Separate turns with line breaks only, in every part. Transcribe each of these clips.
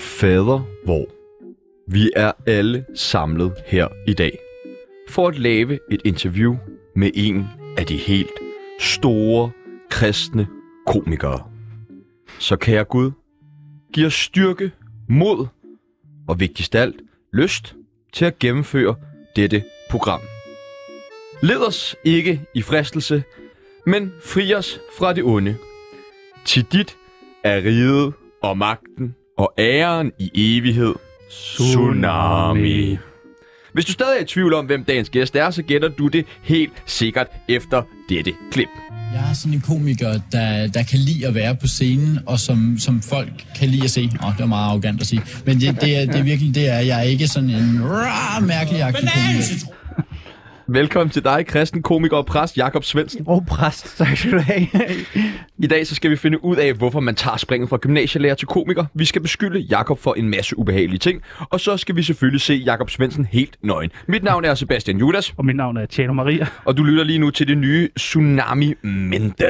Fader hvor vi er alle samlet her i dag for at lave et interview med en af de helt store kristne komikere. Så kære Gud, giv os styrke, mod og vigtigst af alt lyst til at gennemføre dette program. Led os ikke i fristelse, men fri os fra det onde. Til dit er riget og magten og æren i evighed. Tsunami. Hvis du stadig er i tvivl om, hvem dagens gæst er, så gætter du det helt sikkert efter dette klip.
Jeg er sådan en komiker, der, der kan lide at være på scenen, og som, som folk kan lide at se. Åh, oh, det var meget arrogant at sige. Men det, det, er, det er virkelig, det er, jeg er ikke sådan en rar, mærkelig komiker.
Velkommen til dig, kristen komiker og præst Jakob Svendsen.
Og præst, tak skal du have.
I dag så skal vi finde ud af, hvorfor man tager springet fra gymnasielærer til komiker. Vi skal beskylde Jakob for en masse ubehagelige ting. Og så skal vi selvfølgelig se Jakob Svendsen helt nøgen. Mit navn er Sebastian Judas,
og mit navn er Tjano Maria.
og du lytter lige nu til det nye Tsunami Mente.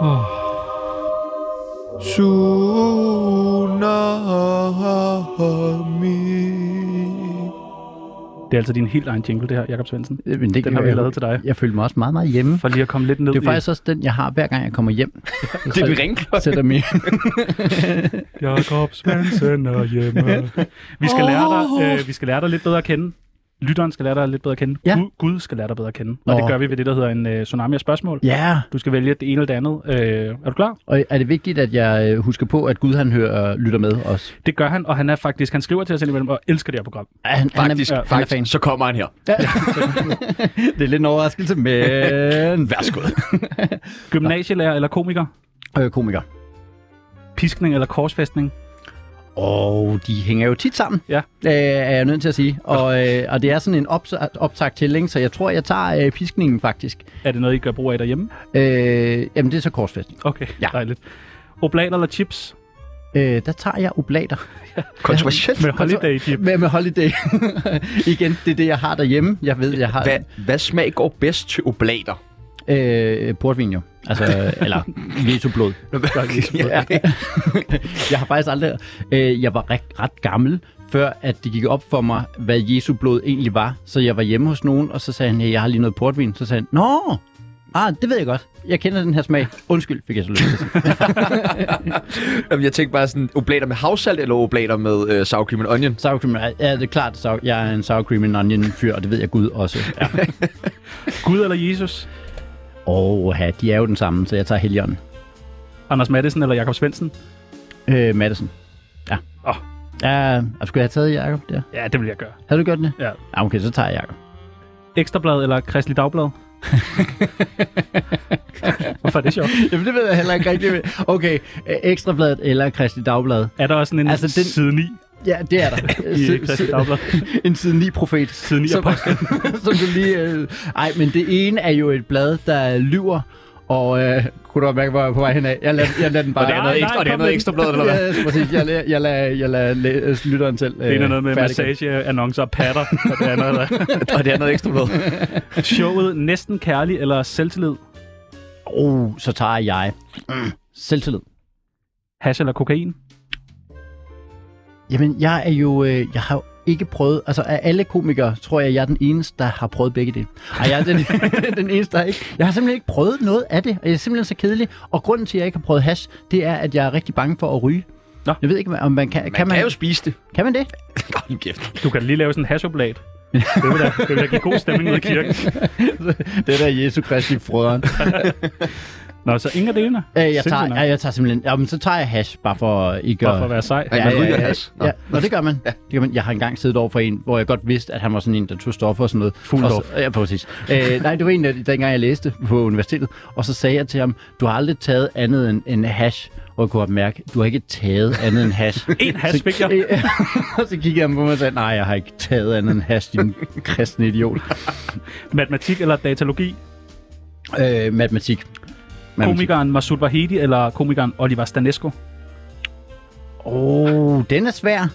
Oh.
Tsunami.
Det er altså din helt egen jingle, det her, Jakob Svendsen.
Men det
Den har vi lavet til dig.
Jeg følte mig også meget, meget hjemme.
For lige at komme lidt ned
Det er
i...
faktisk også den, jeg har, hver gang jeg kommer hjem.
Det er ringklokke.
Sætter mig.
Jakob Svendsen er hjemme. Vi skal, lære dig, øh, vi skal lære dig lidt bedre at kende. Lytteren skal lære dig lidt bedre at kende.
Ja.
Gud, Gud skal lære dig bedre at kende. Og
Nå.
det gør vi ved det, der hedder en øh, tsunami af spørgsmål.
Ja,
Du skal vælge det ene eller det andet. Øh, er du klar?
og er det vigtigt, at jeg øh, husker på, at Gud han hører, lytter med os?
Det gør han, og han er faktisk, han skriver til os indimellem og elsker det her program.
Ja, Han,
Faktisk,
han er,
faktisk,
Han er fan.
så kommer han her.
det er lidt en overraskelse, men...
Værsgo.
Gymnasielærer eller komiker?
øh, komiker.
Piskning eller korsfæstning?
Og de hænger jo tit sammen,
Ja.
øh, er jeg nødt til at sige. Og, øh, og det er sådan en opsa- optag til, ikke? så jeg tror, jeg tager øh, piskningen faktisk.
Er det noget, I gør brug af derhjemme?
Øh, jamen, det er så korsfest.
Okay,
Ja.
dejligt. Oblater eller chips?
Øh, der tager jeg oblater.
Kontroversielt.
Altså-
Med holiday chip.
Hvad med holiday? Igen, det er det, jeg har derhjemme. Jeg ved, jeg har
Hvad, hvad smag går bedst til oblater?
øh, portvin jo. Altså, eller vesoblod.
ja. ligesom.
Jeg har faktisk aldrig... Øh, jeg var ret, ret gammel, før at det gik op for mig, hvad Jesu blod egentlig var. Så jeg var hjemme hos nogen, og så sagde han, hey, jeg har lige noget portvin. Så sagde han, nå, ah, det ved jeg godt. Jeg kender den her smag. Undskyld, fik jeg så lyst til at sige.
Jamen, Jeg tænkte bare sådan, oblater med havsalt eller oblater med øh, sour cream and onion?
Sour cream, and- ja, det er klart, sour, jeg er en sour cream and onion fyr, og det ved jeg Gud også. Ja.
Gud eller Jesus?
Og ja, de er jo den samme, så jeg tager Helion.
Anders Madsen eller Jakob Svendsen?
Øh, Madison. Ja.
Åh.
Ja, og skulle jeg have taget Jacob der?
Ja, det vil jeg gøre.
Havde du gjort det?
Ja.
Ja, okay, så tager jeg Jacob.
Ekstrablad eller Kristelig Dagblad? Hvorfor er det sjovt?
Jamen, det ved jeg heller ikke rigtigt. Okay, øh, Ekstrabladet eller Kristi Dagblad?
Er der også sådan en
Altså,
altså,
den-
den... side 9
Ja, det er der.
i Kristelig Dagblad?
en siden 9 profet.
Side 9
som,
apostel.
som du lige... Øh... Ej, men det ene er jo et blad, der lyver. Og øh, kunne du godt mærke, hvor jeg er på vej henad? Jeg lader, jeg lader den bare...
Og det er noget,
nej,
ekstra, og det er
kom
noget
med.
ekstra blad, eller hvad?
Ja, præcis. Jeg lader, jeg lader, jeg lader læ- lytteren selv... Øh,
Det ene er noget med
færdiggøre.
massageannoncer og patter, og det andet er
Og det er noget ekstra blad.
showet Næsten Kærlig eller Selvtillid?
Oh, så tager jeg... Mm. Selvtillid.
Hash eller kokain?
Jamen, jeg er jo... Øh, jeg har jo ikke prøvet... Altså, af alle komikere, tror jeg, jeg er den eneste, der har prøvet begge dele. Ej, jeg er den, den eneste, der ikke... Jeg har simpelthen ikke prøvet noget af det, og jeg er simpelthen så kedelig. Og grunden til, at jeg ikke har prøvet hash, det er, at jeg er rigtig bange for at ryge.
Nå.
Jeg ved ikke, om man kan...
Man kan,
man,
jo spise det.
kan man det?
Hold kæft.
Du kan lige lave sådan en hashoblat. Det vil, da, det vil da give god stemning ud i kirken.
det er der Jesu Kristi frøderen.
Nå, så ingen af delene.
Øh, jeg, tager,
Sindssygt nok.
ja, jeg tager simpelthen... Jamen, så tager jeg hash, bare for ikke
Bare for at være sej.
Ja, man ryger hash.
Nå.
Nå.
Ja, Nå, det gør man. Ja. Det gør man. Jeg har engang siddet over for en, hvor jeg godt vidste, at han var sådan en, der tog stoffer og sådan noget.
Fuglendorf.
Og så- Ja, præcis. Øh, nej, det var en, der, dengang jeg læste på universitetet, og så sagde jeg til ham, du har aldrig taget andet end, end hash. Og jeg kunne godt mærke, du har ikke taget andet end hash.
En hash fik jeg.
Øh, og så kiggede han på mig og sagde, nej, jeg har ikke taget andet end hash, din kristne idiot.
Matematik eller datalogi?
Øh, matematik. Matematik.
Komikeren Masoud Vahedi eller komikeren Oliver Stanesco?
Åh, oh, den er svær.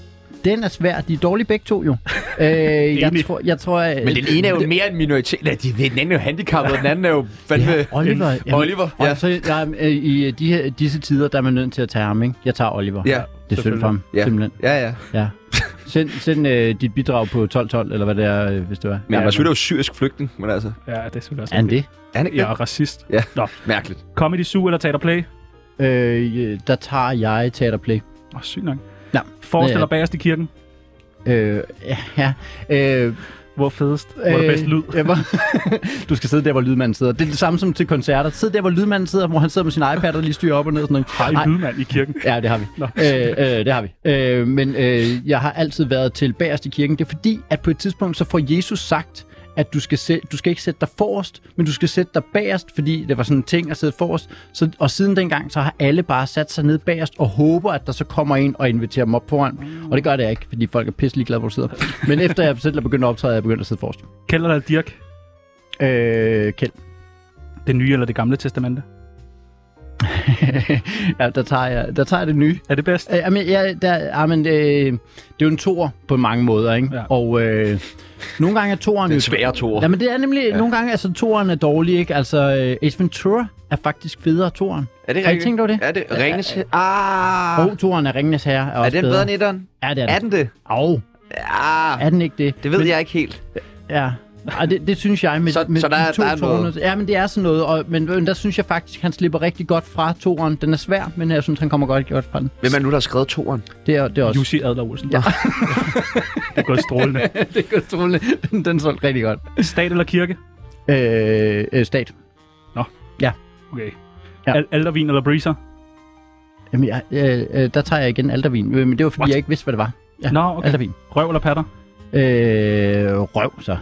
Den er svær. De er dårlige begge to, jo. øh, jeg,
Enig.
tror, jeg tror... at-
Men den ene er jo mere en minoritet. Nej, de- den anden er jo handicappet, og den anden er jo fandme...
Øh,
Ja, Oliver. Jamen,
Oliver, ja.
Og så, ja, øh, I øh, de her, disse tider, der er man nødt til at tage ham, ikke? Jeg tager Oliver.
Ja,
Det er synd for ham,
ja.
simpelthen.
Ja, ja.
Ja. Send, send øh, dit bidrag på 1212, eller hvad det er, øh, hvis det er.
Men
Ja,
ja, Masoud
men-
er jo syrisk flygtning, men altså...
Ja, det er selvfølgelig også
Er han det?
Er han ikke
Jeg
ja.
er racist.
Ja.
Nå,
Mærkeligt.
Comedy Zoo eller Teater Play?
Øh, øh, der tager jeg Teaterplay.
Åh, oh, sygt nok.
Nå,
Forestil
det er-
dig bagerst i kirken.
Øh, ja, øh,
Hvor fedest? Hvor er bedst lyd?
Øh, ja, hvor- du skal sidde der, hvor lydmanden sidder. Det er det samme som til koncerter. Sid der, hvor lydmanden sidder, hvor han sidder med sin iPad og lige styrer op og ned. og Sådan
Har
noget.
I
Nej,
lydmand i kirken?
Ja, det har vi.
Nå.
Øh, øh, det har vi. Øh, men øh, jeg har altid været til bagerst i kirken. Det er fordi, at på et tidspunkt, så får Jesus sagt, at du skal, se, du skal ikke sætte dig forrest, men du skal sætte dig bagerst, fordi det var sådan en ting at sidde forrest. Så, og siden dengang, så har alle bare sat sig ned bagerst og håber, at der så kommer en og inviterer dem op foran. Og det gør det ikke, fordi folk er pisselig glade, hvor du sidder. Men efter jeg selv er begyndt at optræde, er jeg begyndt at sidde forrest.
Kjeld eller Dirk?
Øh, Kjeld.
Det nye eller det gamle testamente?
ja, der tager, jeg, der tager jeg det nye.
Er det bedst?
Øh, jamen, ja, der, jamen, øh, det er jo en toer på mange måder, ikke?
Ja.
Og øh, nogle gange er toeren...
Den
jo-
svære toer.
Jamen, det er nemlig... Ja. Nogle gange, altså, toeren er dårlig, ikke? Altså, øh, Ace Ventura er faktisk federe toeren.
Er det
Har I tænkt over det?
Er det Ringes? Ah!
Og toeren er Ringenes Herre er,
er
også
den bedre
bedre.
end etteren?
Ja, det er
Er
den.
den det?
Au,
Ah,
er den ikke det?
det ved jeg ikke helt.
Ja. Ej, det, det synes jeg med,
Så-
med
så der
de
er-
to
der er noget.
toner. Ja, men det er sådan noget, og, men, men der synes jeg faktisk, han slipper rigtig godt fra toeren. Den er svær, men jeg synes, han kommer godt godt fra den.
Hvem er nu, der har skrevet toeren?
Det er, det er også...
Jussi Adler Olsen. Ja. det er gået strålende.
det er strålende. Den, den solgte rigtig godt.
Stat eller kirke?
Øh, øh, stat.
Okay.
Ja.
Ja. Aldervin eller Breezer?
Jamen, jeg, øh, øh, der tager jeg igen aldervin, Øh, men det var fordi,
What?
jeg ikke vidste, hvad det var. Ja,
Nå, okay.
Aldervin.
Røv eller patter?
Øh, røv, så.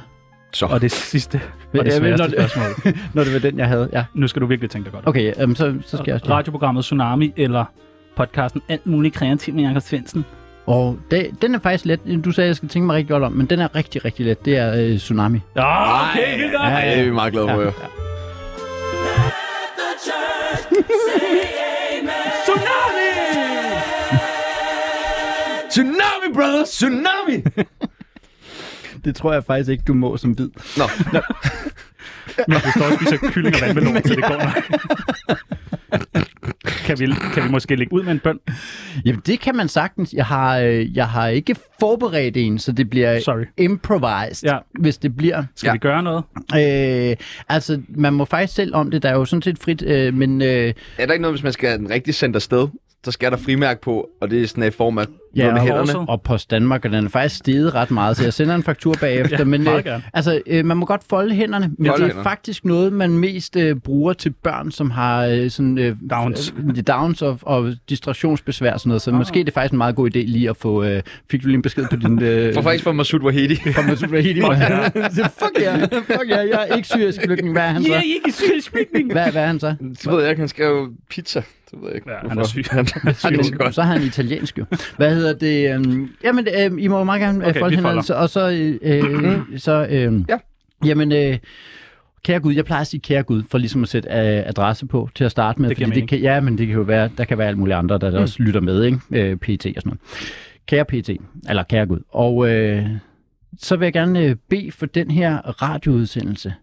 Så.
Og det sidste og det
Øh, når-
sværeste spørgsmål.
Når det var den, jeg havde, ja.
Nu skal du virkelig tænke dig godt. om.
Okay, øhm, så, så skal jeg også det.
Radioprogrammet Tsunami eller podcasten Alt muligt kreativt med Jakob Svendsen.
Og det, den er faktisk let. Du sagde, jeg skal tænke mig rigtig godt om, men den er rigtig, rigtig let. Det er øh, Tsunami.
Ja, Ah, okay, helt godt.
Ej, det er vi meget glade for, ja. Tsunami, brother! Tsunami!
Det tror jeg faktisk ikke, du må som hvid.
Nå,
Men du står og spiser kylling og vandmelon, så det går nok. kan, vi, kan vi måske lægge ud med en bøn?
Jamen, det kan man sagtens. Jeg har, øh, jeg har ikke forberedt en, så det bliver
Sorry.
improvised,
Ja.
hvis det bliver.
Skal
Ja.
ja. vi gøre noget?
Øh, altså, man må faktisk selv om det. Der er jo sådan set frit, øh, men... Øh,
er der ikke noget, hvis man skal have den rigtig sendt afsted? Så skal der frimærke på, og det er sådan en form af
Ja,
noget med
og
hænderne.
også-
og Post Danmark, og den er faktisk steget ret meget, så jeg sender en faktur bagefter. ja, men
meget
øh,
gerne.
altså, øh, man må godt folde hænderne, men
Folde
det er
hænderne.
faktisk noget, man mest øh, bruger til børn, som har øh, sådan, øh,
Downs. Ah.
øh, downs og, og distrationsbesvær og sådan noget, så måske er det faktisk en meget god idé lige at få... Øh, fik du lige en besked på din... Øh,
Hvorfor ikke for Masoud Wahedi?
Kom med super helt
Fuck ja.
Fuck ja, fuck ja, jeg er ikke syrisk flygtning. Hvad er han så?
ikke syrisk bygning.
Hvad, hvad er han så?
Så ved jeg ikke, han skrev pizza. Det ved jeg ikke.
Ja, han er
hvorfor.
syg.
Han er syg, det er godt.
Så har han italiensk jo. Hvad hedder det? Øhm, jamen, øhm, I må jo meget gerne øh,
Okay,
folde
vi
hinanden.
folder.
Så, og så... Øh, øh, så øh,
Ja.
Jamen, øh, kære Gud, jeg plejer at sige kære Gud, for ligesom at sætte øh, adresse på til at starte med.
Det giver
fordi det
mening.
kan, Ja, men det kan jo være, der kan være alle mulige andre, der, der mm. også lytter med, ikke? Øh, PT og sådan noget. Kære PT, eller kære Gud. Og øh, så vil jeg gerne øh, bede for den her radioudsendelse,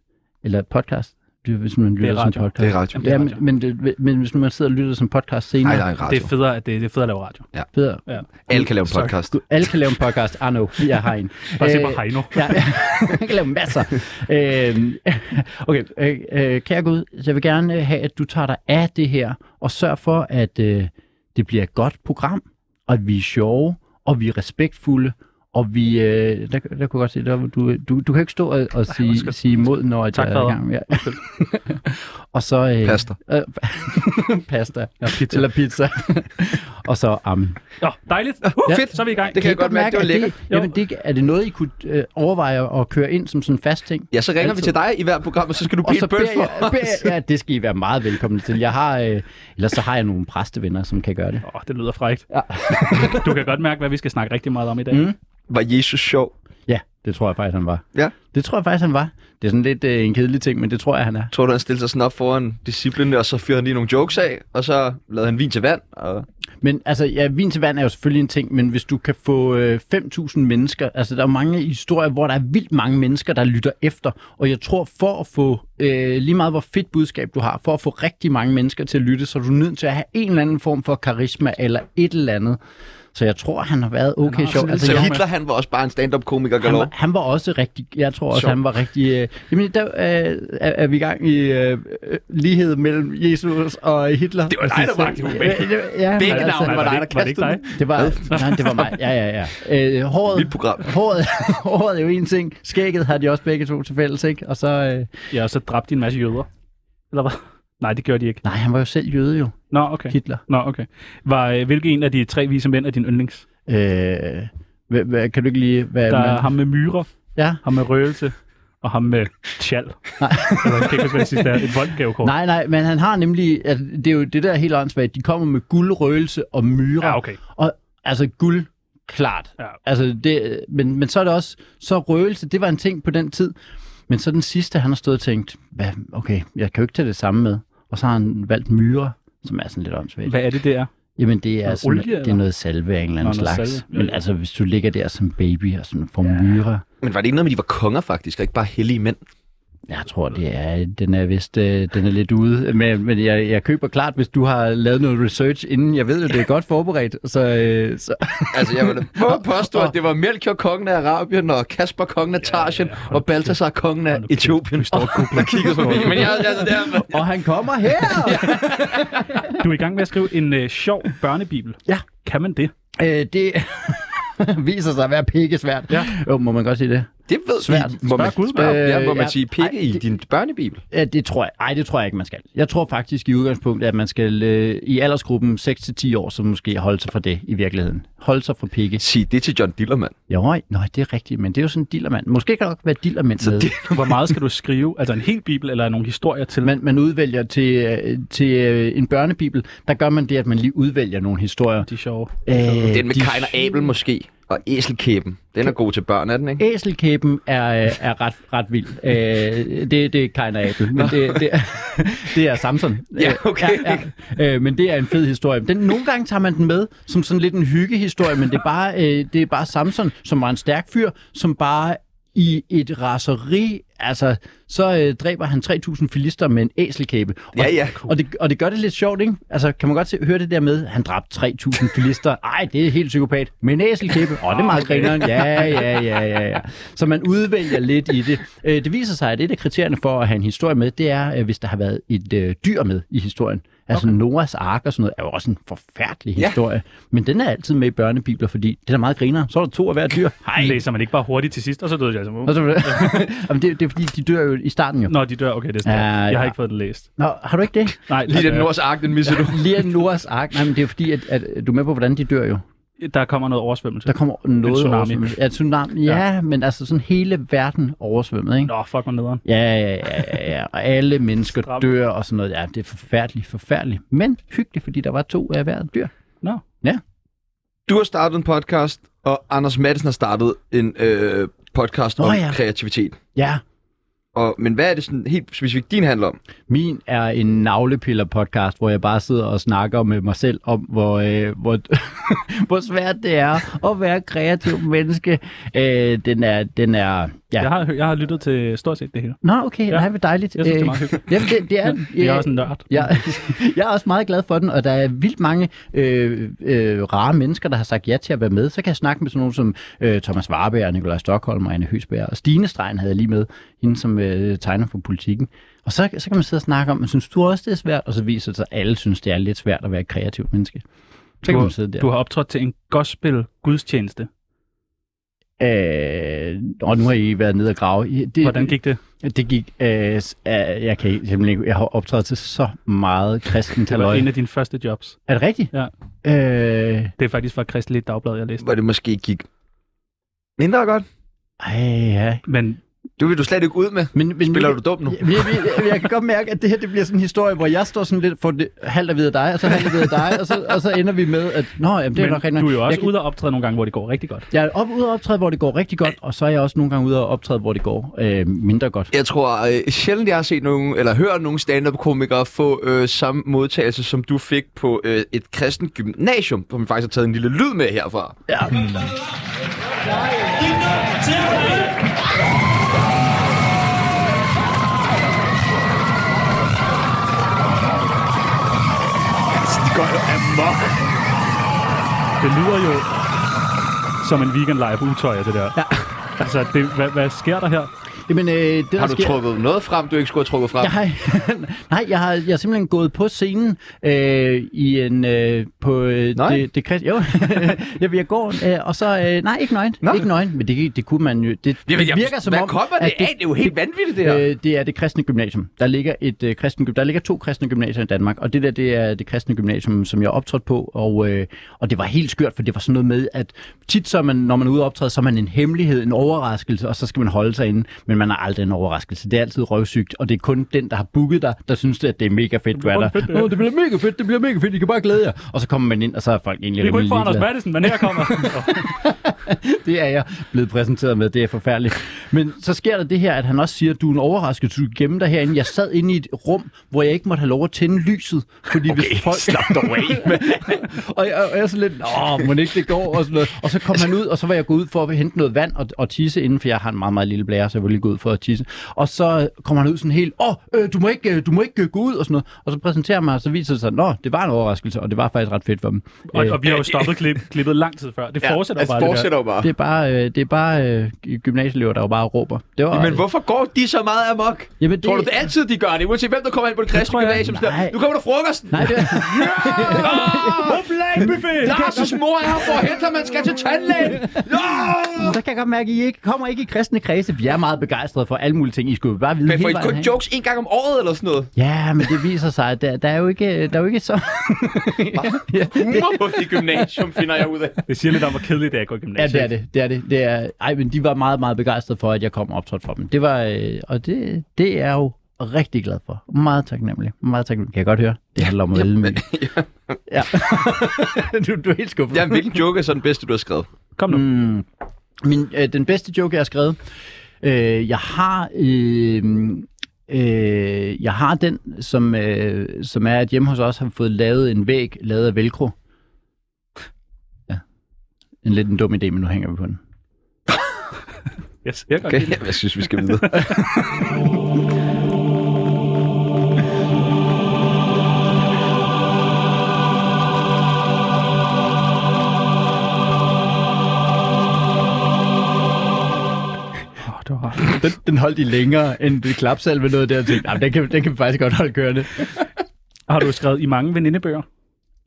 eller podcast, hvis man lytter som
radio.
podcast.
Det er radio.
det er
Ja, men,
radio.
men, det- men hvis nu man sidder og lytter som podcast senere,
Nej, nej,
Det
radio.
er federe, at det, det er federe at lave radio.
bedre.
Ja.
Alle kan lave en podcast.
Gud, Alle kan lave en podcast. Arno, jeg har en.
Bare se
Øh,
på Heino.
Ja, jeg kan lave masser. Øhm, okay, øh, øh, kære Gud, jeg vil gerne øh, have, at du tager dig af det her, og sørg for, at øh, det bliver et godt program, og at vi er sjove, og vi er respektfulde, og vi... Øh, der, der kunne jeg godt se, der, var- du, du, du kan ikke stå og, og sige,
undskyld.
sige imod, når at
Tak,
jeg er i
fader.
gang. Ja. og så... Øh,
Pasta.
Øh, pasta. Ja,
pizza.
Eller pizza. og så amen.
Nå, dejligt.
Uh,
Ja.
fedt.
Så er vi i gang.
Det kan
I
jeg godt mærke, det var
at
lækkert.
Det, jamen, det, er det noget, I kunne øh, overveje at køre ind som sådan en fast ting?
Ja, så ringer vi
Altid.
til dig i hver program, og så skal du
Og
bede
så
en bøn
beder
for
jeg, beder, jeg- ja, det skal I være meget velkomne til. Jeg har, øh, ellers så har jeg nogle præstevenner, som kan gøre det.
Åh, oh, det lyder frækt.
Ja.
Du kan godt mærke, hvad vi skal snakke rigtig meget om i dag.
Mm.
Mm.
Var Jesus sjov?
Ja, det Det tror jeg faktisk, han var.
Ja.
Det tror jeg faktisk, han var. Det er sådan lidt øh, en kedelig ting, men det tror jeg, han er.
Tror du, han stillede sig sådan op foran disciplene, og så fyrede han lige nogle jokes af, og så lavede han vin til vand, og
Men altså, ja, vin til vand er jo selvfølgelig en ting, men hvis du kan få øh, 5.000 mennesker, altså der er jo mange historier, hvor der er vildt mange mennesker, der lytter efter, og jeg tror, for at få øh, lige meget hvor fedt budskab du har, for at få rigtig mange mennesker til at lytte, så er du nødt til at have en eller anden form for karisma eller et eller andet. Så jeg tror, han har været okay
har
sjov.
sådan
Altså,
Så
lidt
jeg,
Hitler, han var også bare en stand-up-komiker,
han,
galop.
var, han var også rigtig, jeg tror også,
Sjov.
han var rigtig, øh, jamen der øh, er, er vi i gang i øh, øh, lighed mellem Jesus og Hitler.
Det var dig, der bragte
det.
det.
Ja, men
Begge
altså-
navne var
var
dig, der
det ikke- var det ikke
kastede den.
det var, nej, det var mig. Ja, ja, ja. Øh, håret,
Mit program.
håret, håret er jo en ting. Skægget har de også begge to til fælles, ikke? Og så... Øh,
Ja, og så dræbte de en masse jøder. Eller hvad? Nej, det gjorde de ikke.
nej, han var jo selv jøde jo,
Nå, okay.
Hitler.
Nå, okay. Var, øh, hvilke en af de tre vise mænd er din yndlings?
Øh, hvad, hvad, kan du ikke lige... Hvad,
Der er
man-
ham med myrer,
Ja.
ham med røgelse, og ham med tjal.
Nej.
Eller, jeg kan ikke huske, hvad det sidste er. Et voldgavekort.
Nej, nej, men han har nemlig... Altså, det er jo det der er helt åndssvagt. De kommer med guld, røgelse og myrer.
Ja, okay.
Og altså guld, klart.
Ja.
Altså, det, men, men så er det også, så røgelse, det var en ting på den tid. Men så den sidste, han har stået og tænkt, hvad, okay, jeg kan jo ikke tage det samme med. Og så har han valgt myre, som er sådan lidt åndssvagt.
Hvad er det der?
Jamen, det er,
Noget
sådan,
olie,
det er
eller?
noget salve af en eller anden
Nå, noget
slags.
salve, ja.
Men altså, hvis du ligger der som baby og sådan får ja. myre,
Men var det ikke noget med, at de var konger faktisk, og ikke bare hellige mænd?
jeg tror, det er, den er vist øh, den er lidt ude. Men, men jeg, jeg køber klart, hvis du har lavet noget research inden. Jeg ved jo, det er godt forberedt. Så, øh, så
Altså, jeg ville på påstå, at det var Melchior kongen af Arabien, og Kasper kongen af Tarsien, og Baltasar kongen af Etiopien. Står og kigger på mig. Men jeg, altså, det er,
og han kommer her!
Du er i gang med at skrive en øh, sjov børnebibel.
Ja.
Kan man det?
Øh, det viser sig at være pikkesvært.
Ja.
Jo, må man godt sige det?
det ved
Svært.
Må man,
Spørg Gud, mand.
spørg, ja, må man
Øh, ja.
sige pikke
Ej,
i
det-
din børnebibel?
Ja, det tror jeg. Ej, det tror jeg ikke, man skal. Jeg tror faktisk i udgangspunktet, at man skal øh, i aldersgruppen 6-10 år, så måske holde sig fra det i virkeligheden. Holde sig fra pikke.
Sig det til John Dillermand.
Jo, nej, nej, det er rigtigt, men det er jo sådan en dillermand. Måske kan der nok være dillermænd med. Det...
Hvor meget skal du skrive? Altså en hel bibel, eller nogle historier til?
Man, man udvælger til, øh, til øh, en børnebibel, der gør man det, at man lige udvælger nogle historier.
De er sjove.
Øh,
Den med
de-
Kajn og Abel måske, og Æselkæben. Den er god til børn, er den ikke?
Æselkæben er, øh, er ret, ret vild. Øh, det, det er Kajn og Abel, men det, det, er, det er Samson.
Ja, okay.
Øh, Ja, ja. Øh, men det er en fed historie. Den, nogle gange tager man den med som sådan lidt en hyggehistorie, men det er bare, øh, det er bare Samson, som var en stærk fyr, som bare i et raseri, altså, så øh, dræber han 3.000 filister med en æselkæbe. Og,
Ja, ja.
Og det, og det gør det lidt sjovt, ikke? Altså, kan man godt se, høre det der med, han dræbte 3.000 filister. Ej, det er helt psykopat. Med en æselkæbe. Åh, det er meget grineren. Ja, ja, ja, ja, ja. Så man udvælger lidt i det. Øh, det viser sig, at et af kriterierne for at have en historie med, det er, øh, hvis der har været et øh, dyr med i historien. Altså okay. Noahs ark og sådan noget er jo også en forfærdelig
Ja.
historie. Men den er altid med i børnebibler, fordi det er da meget griner. Så er der to af hver dyr. Hej.
Læser man ikke bare hurtigt til sidst, og så døde jeg
Og
altså.
så, Jamen, det, det er fordi, de dør jo i starten jo.
Nå, de dør. Okay, det er sådan.
Ja,
der. jeg har
ja.
ikke fået den læst.
Nå, har du ikke det?
Nej,
Lige den
altså,
nords ark, den misser du.
Lige Noahs ark. Nej, men det er fordi, at, at, du er med på, hvordan de dør jo.
Der kommer noget oversvømmelse.
Der kommer noget
tsunami.
oversvømmelse. Ja, tsunami. Ja, ja, men altså sådan hele verden oversvømmet, ikke?
Nå, fuck mig nederen.
Ja, ja, ja, ja, ja. Og alle mennesker
Stram.
dør og sådan noget. Ja, det er forfærdeligt, forfærdeligt. Men hyggeligt, fordi der var to af hver dyr.
Nå.
Du har startet en podcast, og Anders Madsen har startet en øh, podcast
Nå,
om
ja.
kreativitet.
Ja,
Og, men hvad er det sådan helt specifikt, din handler om?
min er en navlepiller-podcast, hvor jeg bare sidder og snakker med mig selv om, hvor, øh, hvor, hvor svært det er at være kreativ menneske. Øh, den er, den er, ja.
Jeg, har, hø- jeg har lyttet til stort set det hele.
Nå, okay, ja.
Ja.
nej, hvor dejligt.
Jeg synes, det er
Øh,
meget hyggeligt.
Jamen, det, det er,
Jeg er også en nørd.
Ja, jeg er også meget glad for den, og der er vildt mange øh, øh, rare mennesker, der har sagt ja til at være med. Så kan jeg snakke med sådan nogen som øh, Thomas Warberg, og Nikolaj Stockholm og Anne Høsberg. Og Stine Stregen havde jeg lige med, hende som øh, tegner for politikken. Og så, så kan man sidde og snakke om, men synes du også, det er svært? Og så viser det sig, at alle synes, det er lidt svært at være et kreativt menneske. Så kan man sidde der.
Du har optrådt til en gospel gudstjeneste.
Øh, og nu har I været nede og grave. I- Det,
Hvordan gik det?
Det gik... Øh, s- øh, jeg kan ikke- simpelthen ikke... Jeg har optrådt til så meget kristen
Det var
halløj.
en af dine første jobs.
Er det rigtigt?
Ja.
Øh,
Det er faktisk fra Kristeligt Dagblad, jeg læste.
Hvor det måske gik mindre godt?
ej, ja.
Men
Det vil du slet ikke ud med.
Men, men
Spiller du dum nu?
Jeg, jeg, jeg kan godt mærke, at det her det bliver sådan en historie, hvor jeg står sådan lidt for det, halvt at vide af dig, og så halvt at vide af dig, og så, og så ender vi med, at nå, jamen, det er nok
Men
rigtig nok.
du er jo også
jeg, kan-
ude og optræde nogle gange, hvor det går rigtig godt.
Jeg er op, ude og optræde, hvor det går rigtig godt, og så er jeg også nogle gange ude og optræde, hvor det går øh, mindre godt.
Jeg tror øh, sjældent, jeg har set nogen, eller hørt nogen stand-up-komikere få øh, samme modtagelse, som du fik på øh, et kristen gymnasium, som vi faktisk har taget en lille lyd med herfra.
Det lyder jo som en weekend live utøj, det der. Ja. Altså, det, hvad, hvad sker der her?
Jamen, øh, det, der
Har du
sker,
trukket noget frem, du ikke skulle have trukket frem?
Jeg har, nej, jeg har, jeg har simpelthen gået på scenen øh, i en, øh, på øh,
Nej.
det, det krist... Jo, jeg, jeg går, øh, og så... Øh, nej, ikke nøgen.
Nå.
Ikke nøgen, men det, det kunne man jo... Det, det
Jamen, jeg-
virker som
hvad
om...
kommer det
at
af? Det er jo helt vanvittigt, det her.
Øh, det er det kristne gymnasium. Der ligger, et, øh, kristen, der ligger to kristne gymnasier i Danmark, og det der, det er det kristne gymnasium, som jeg optrådte på, og, øh, og det var helt skørt, for det var sådan noget med, at tit, så er man, når man er ude og optræde, så er man en hemmelighed, en overraskelse, og så skal man holde sig inde, men man er aldrig en overraskelse. Det er altid røvsygt, og det er kun den, der har booket dig, der synes, at det er mega fedt, du er der. Åh, det bliver mega fedt, det bliver mega fedt, I kan bare glæde jer. Og så kommer man ind, og så er folk egentlig
Vi kunne ikke få
rimelig
Anders
ligeglade.
Madsen, men her kommer...
Det er jeg blevet præsenteret med. Det er forfærdeligt. Men så sker der det her, at han også siger, at du er en overraskelse. Du kan gemme dig herinde. Jeg sad inde i et rum, hvor jeg ikke måtte have lov at tænde lyset. Fordi okay, hvis folk... slap dig af. og, jeg, og jeg er sådan lidt, åh, må ikke det går? Og, sådan noget. og så kom han ud, og så var jeg gået ud for at hente noget vand og, og tisse inden, for jeg har en meget, meget lille blære, så jeg ville lige gå ud for at tisse. Og så kommer han ud sådan helt, åh, øh, du må ikke, øh, du må ikke øh, gå ud og sådan noget. Og så præsenterer han mig, og så viser det sig, nå, det var en overraskelse, og det var faktisk ret fedt for dem.
og,
Øh,
og, vi har jo stoppet klip, klippet lang tid før. Det fortsætter
altså,
bare, det der.
fortsætter jo bare.
Det er bare, øh, det er bare øh, gymnasieelever, der jo bare råber. Det var,
Men hvorfor går de så meget amok?
Jamen, det-
Tror du, det er altid, de gør det? Uanset hvem, der kommer ind på det kristne
tror jeg-
gymnasium. sådan der,
nej.
Nu kommer der frokosten.
Nej, det,
Buffet!
Lars' mor er her for at hente ham, man skal til tandlægen. Ja!
så kan jeg godt mærke, at I ikke kommer ikke i kristne kredse. Vi er meget begejstrede for alle mulige ting. I skulle jo bare vide
Men får I
hele vejen
kun
hen.
jokes en gang om året eller sådan noget?
Ja, men det viser sig, at der, der, er jo ikke, der er jo ikke så... ja,
Humor på det gymnasium, finder jeg ud af.
Det siger lidt om, hvor kedeligt det er at gå i
ja,
gymnasiet.
det er det. det, er det. det er, ej, men de var meget, meget begejstrede for, at jeg kom og optrådte for dem. Det var, øh, og det, det er jeg jo rigtig glad for. Meget taknemmelig. Meget taknemmelig. Kan jeg godt høre? Det handler om at ja, ja. du, du er helt skuffet.
Jamen, hvilken joke er så den bedste, du har skrevet?
Kom nu.
Mm. Min, øh, den bedste joke, jeg har skrevet, øh, jeg har... Øh, øh, jeg har den, som, øh, som er, at hjemme hos os har vi fået lavet en væg, lavet af velcro. Ja. En lidt en dum idé, men nu hænger vi på den.
Yes, jeg okay.
Okay, jeg synes, vi skal videre.
oh, det var rart.
Den, den holdt i længere end det klapsalve noget der. Tænkte, den, kan, den kan vi faktisk godt holde kørende.
Har du skrevet i mange venindebøger?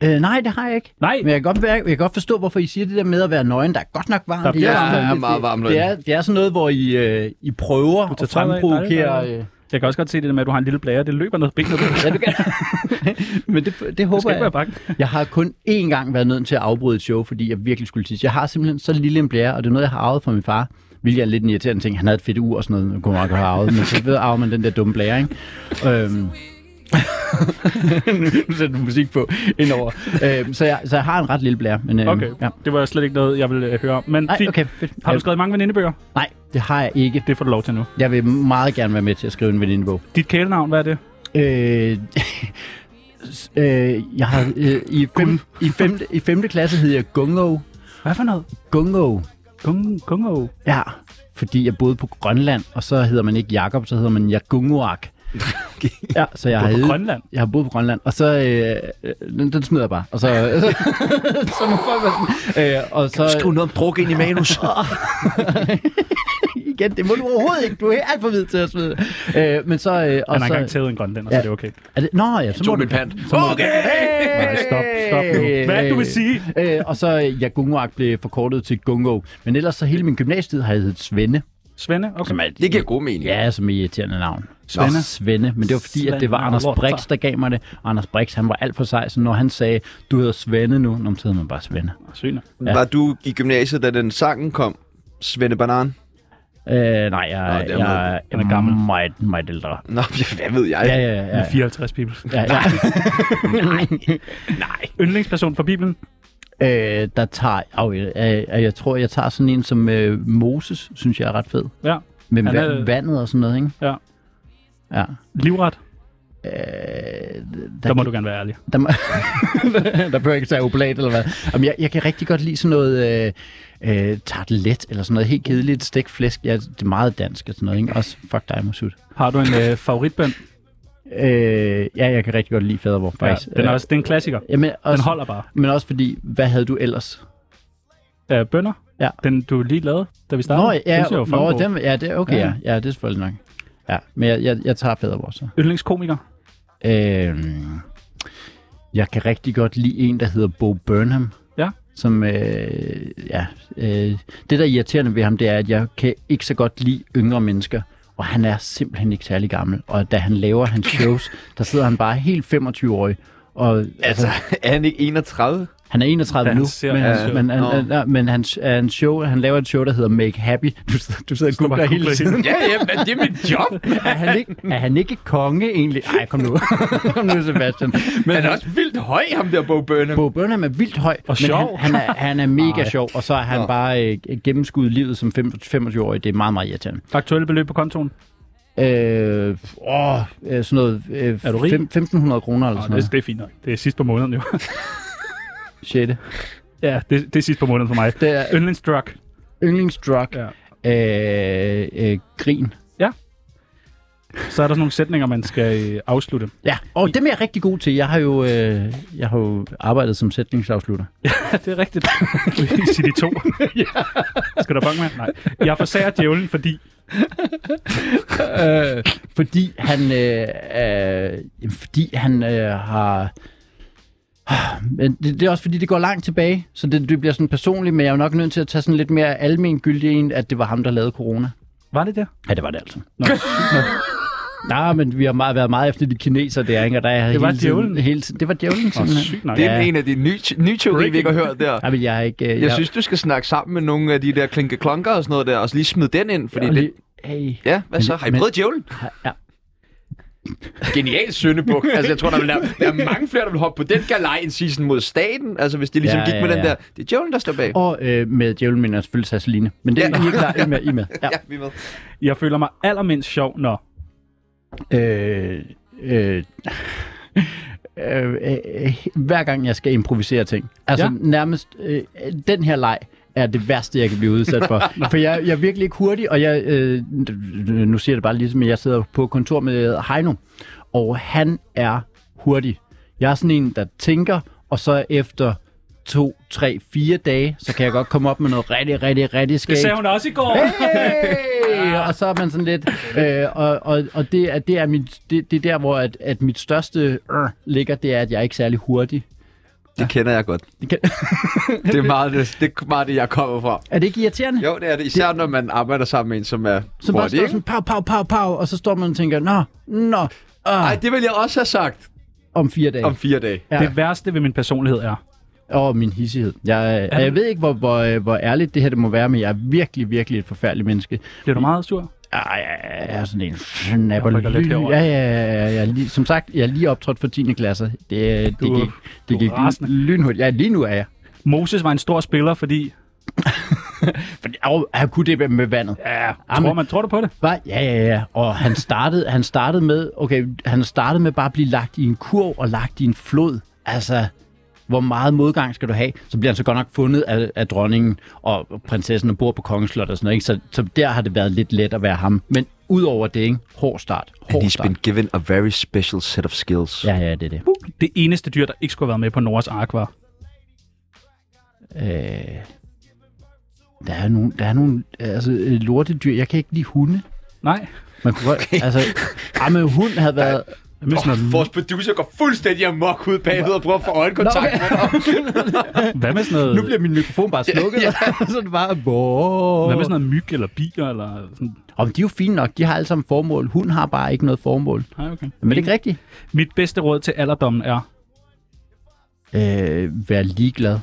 Øh, nej, det har jeg ikke.
Nej,
Men jeg kan, godt, være- jeg kan godt forstå, hvorfor I siger det der med at være nøgen. Der er godt nok varmt.
Der
i
bliver
jeres-
varmt. Ja,
det-
meget
det-
varmt
Det er, det er sådan noget, hvor I, øh, I prøver
Du tager
at
tøjet af.
fremprovokere...
Nej, nej,
øh,
jeg kan også godt se det der med, at du har en lille blære. Det løber noget benet.
Ja, du kan. Men det, det
Du
håber
skal ikke
jeg.
være bange.
Jeg har kun én gang været nødt til at afbryde et show, fordi jeg virkelig skulle tisse. Jeg har simpelthen så lille en blære, og det er noget, jeg har arvet fra min far. Hvilket er lidt en irriterende ting. Han havde et fedt ur og sådan noget, man kunne nok have arvet. Men så ved arver man den der dumme blære, ikke? Øhm. nu sætter du musik på indover. Øhm, så, jeg, så jeg har en ret lille blære. Men, øhm,
Okay,
ja.
det var slet ikke noget, jeg ville øh, høre om. Men
Nej,
fint.
okay, fedt.
Har du skrevet mange venindebøger?
Nej, det har jeg ikke.
Det får du lov til nu.
Jeg vil meget gerne være med til at skrive en venindebog.
Dit kælenavn, hvad er det?
Øh, s- øh, jeg har, øh, i, fem, i, femte, I femte klasse hed jeg Gungo.
Hvad for noget?
Gungo,
Gung, gungo.
ja. Fordi jeg boede på Grønland, og så hedder man ikke Jakob, så hedder man Jagungoak. Ja, så jeg
Du
har,
er
heddet-
på Grønland.
jeg har boet på Grønland, og så... Øh, øh, den, den smider jeg bare. Og så, øh, så, så må folk være sådan... Øh, og så...
noget om druk ind i manus.
igen, det må du overhovedet ikke. Du er alt for hvid til at smide. Øh, men så... Øh, og
Han har engang
så
tævet en grønlænder, så
Ja.
det er okay.
er det, nå, ja, så må
Tog
du...
min pant. Okay!
Nej, stop, stop nu. Hvad er det, du vil sige?
Øh, og så øh, ja, Gungoak blev forkortet til Gungo. Men ellers så hele min gymnasietid har jeg heddet Svende.
Svende? Okay.
Som er,
Det giver god mening.
Ja, som er irriterende navn.
Svende.
Nå, Svende. Men det var fordi, at det var
Svende
Anders
Lorter.
Brix, der gav mig det. Og Anders Brix, han var alt for sej, så når han sagde, du hedder Svende nu, Nå, men så hedder man bare Svende.
Ah, Svende.
Var du i gymnasiet, da den sangen kom? Svende Banan?
Øh, nej, jeg,
Nå,
jeg,
dermed-
jeg,
Han er gammel.
Meget, meget ældre.
Nå, hvad ved jeg?
Ja, ja, ja.
Med
ja,
54 people.
ja, ja. nej. nej.
Yndlingsperson fra Bibelen.
Øh, der tager, øh, øh, jeg tror, jeg tager sådan en som øh, Moses, synes jeg er ret fed.
Ja.
Med
Han
vand,
er-
vandet og sådan noget, ikke?
Ja.
Ja.
Livret.
Øh,
Der må du gerne være ærlig.
Der, må, der bør ikke tage oblat eller hvad. Jamen, jeg, jeg kan rigtig godt lide sådan noget øh, øh, tartelet eller sådan noget helt kedeligt stegt flæsk. Ja, det er meget dansk og sådan noget, ikke? Også fuck dig, Masud.
Har du en øh, favoritbøn?
Øh, ja, jeg kan rigtig godt lide fadervor,
Ja,
faktisk. Øh,
den er også det er en klassiker.
Jamen,
Den
også,
holder bare.
men også fordi, hvad havde du ellers?
Øh, bønder.
Ja.
Den du lige lavede, da vi startede.
Nå, ja,
Den synes jeg var fucking
nå,
god.
dem, ja, det er okay, ja. ja. det er selvfølgelig nok. Ja, men jeg, jeg, jeg tager fadervor så.
Yndlingskomiker.
Øh, jeg kan rigtig godt lide en, der hedder Bo Burnham.
Ja.
Som, øh, ja, øh, det der er irriterende ved ham, det er, at jeg kan ikke så godt lide yngre mennesker. Og han er simpelthen ikke særlig gammel. Og da han laver hans shows, der sidder han bare helt 25-årig. Og
Altså, er han ikke 31?
han er 31
Ja, han
nu,
ser-
men,
ja,
han,
ja.
men, han,
Nå.
han, ja, men han, han, show, han laver et show, der hedder Make Happy. Du, sidder- du sidder og googler
bare og
hele
googler
tiden.
Ja, ja, men det er mit job.
Er han, ikke, er han ikke konge egentlig? Nej, kom nu. kom nu, Sebastian.
Men han er også vildt høj, ham der Bo Burnham.
Bo Burnham er vildt høj, og men
sjov.
Han, han, er, han er mega
Ej.
sjov, og så er han
Nå.
bare øh, gennemskuddet livet som 25-årig. Det er meget, meget irriterende.
Aktuelle beløb på kontoen.
Øh, åh, øh, sådan noget øh,
Er du rig?
1500 kroner eller sådan
Nå, det,
noget.
det er fint nok. Det er sidst på måneden jo.
Shit.
ja, det, det er sidst på måneden for mig.
Det er
Yndlingsdrug.
yndlingsdrug.
Ja.
Øh, øh, grin.
Så er der sådan nogle sætninger, man skal øh, afslutte.
Ja, og dem er jeg rigtig god til. Jeg har jo, øh, jeg har jo arbejdet som sætningsafslutter.
Ja, det er rigtigt. Sig de to. Skal der bange med? Nej. Jeg forsager djævlen, fordi...
øh, fordi han, øh, øh, jamen, fordi han øh, har... Men det, det er også fordi, det går langt tilbage, så det, det bliver sådan personligt, men jeg er jo nok nødt til at tage sådan lidt mere almengyldig en, at det var ham, der lavede corona.
Var det der?
Ja, det var det altså. Nå. Nej, men vi har meget, været meget efter de kineser der, ikke? Og der er
Det var
hele
djævlen.
Tiden, hele tiden, det var djævlen,
Åh,
simpelthen.
sygt nok.
Det
Det...
er
Ja.
en af de nye, nye teorier, vi ikke har hørt der.
Nej, men jeg er ikke... øh,
Jeg synes, du skal snakke sammen med nogle af de der klinkeklonker og sådan noget der, og så lige smide den ind, fordi
jeg,
det...
lige, hey,
Ja, hvad
Men-
så? Har I
men-
prøvet djævlen?
ja.
Genial søndebuk. Altså, jeg tror, der vil der, der er mange flere, der vil hoppe på den galej end sige sådan mod staten. Altså, hvis det ligesom
Ja,
gik med
ja,
den
ja.
der, det er djævlen, der står bag.
Og øh, med djævlen mener jeg selvfølgelig Sasseline. Men det er
Ja.
I er klar, I er med. I er med. Ja.
Ja, vi er med.
Jeg føler mig allermindst sjov, når...
Øh, øh, øh, øh, hver gang jeg skal improvisere ting. Altså
Ja.
ja. nærmest, øh, den her leg er det værste, jeg kan blive udsat for. for jeg, jeg er virkelig ikke hurtig, og jeg, øh, nu siger jeg det bare ligesom, at jeg sidder på kontor med Heino, og han er hurtig. Jeg er sådan en, der tænker, og så efter to, tre, fire dage, så kan jeg godt komme op med noget rigtig, rigtig, rigtig skægt.
Det sagde hun også i går.
Hey! og så er man sådan lidt, øh, og, og, og det, er, det, er mit, det, det er der, hvor at, at mit største øh, ligger, det er, at jeg er ikke særlig hurtig.
Det kender jeg godt.
Det kan,
Det er meget det, det, er meget det jeg kommer fra.
er det ikke irriterende?
Jo, det er det. Især når man arbejder sammen med en, som er
så bare
hurtig,
står
ikke?
sådan, pow, pow, pow, pow, og så står man og tænker, nå, nå,
Ej,
øh,
det vil jeg også have sagt
om fire dage.
om fire dage.
Ja.
Det værste ved min personlighed er...
Og min hissighed. Jeg, øh, og jeg ved ikke, hvor, hvor, øh, hvor ærligt det her det må være, men jeg er virkelig, virkelig et forfærdeligt menneske.
Bliver du meget sur?
Ej, jeg er sådan en snapper.
Jeg rykker lidt
lyn.
herover.
Ja, ja, ja, ja. Jeg er lige, som sagt, jeg er lige optrådt for 10. klasse. Det, øh, det
Du-
gik,
du er
det gik
rasende.
lynhurtigt. Ja, lige nu er jeg.
Moses var en stor spiller, fordi...
Fordi, og, han kunne det være med vandet.
Ja, tror,
Amen.
man, tror du på det?
Hva? Ja, ja, ja. Og han startede, han startede med, okay, han startede med bare at blive lagt i en kurv og lagt i en flod. Altså, hvor meget modgang skal du have? Så bliver han så godt nok fundet af, af dronningen og prinsessen og bor på kongeslot og sådan noget. Ikke? Så, så der har det været lidt let at være ham. Men udover det, ikke? Hård start. Hård start.
given a very special set of skills.
Ja, ja, det er det.
Det eneste dyr, der ikke skulle have været med på Noras Ark, var...
Øh, der er nogle, der er nogle altså, øh, lortedyr. Jeg kan ikke lide hunde.
Nej.
Man kunne godt, altså, ah, men hund havde været...
Oh, vores producer går fuldstændig amok ud bagved og prøver at få øjenkontakt med dig.
Hvad med sådan noget...
Nu bliver min mikrofon bare slukket, ja. så er det bare...
Hvad
Hvad
med sådan noget myg eller bier eller sådan...
Om de er jo fine nok, de har alle sammen formål. Hun har bare ikke noget formål.
Nej, okay.
Men det er ikke rigtigt.
Mit bedste råd til alderdommen er...
Øh, vær ligeglad.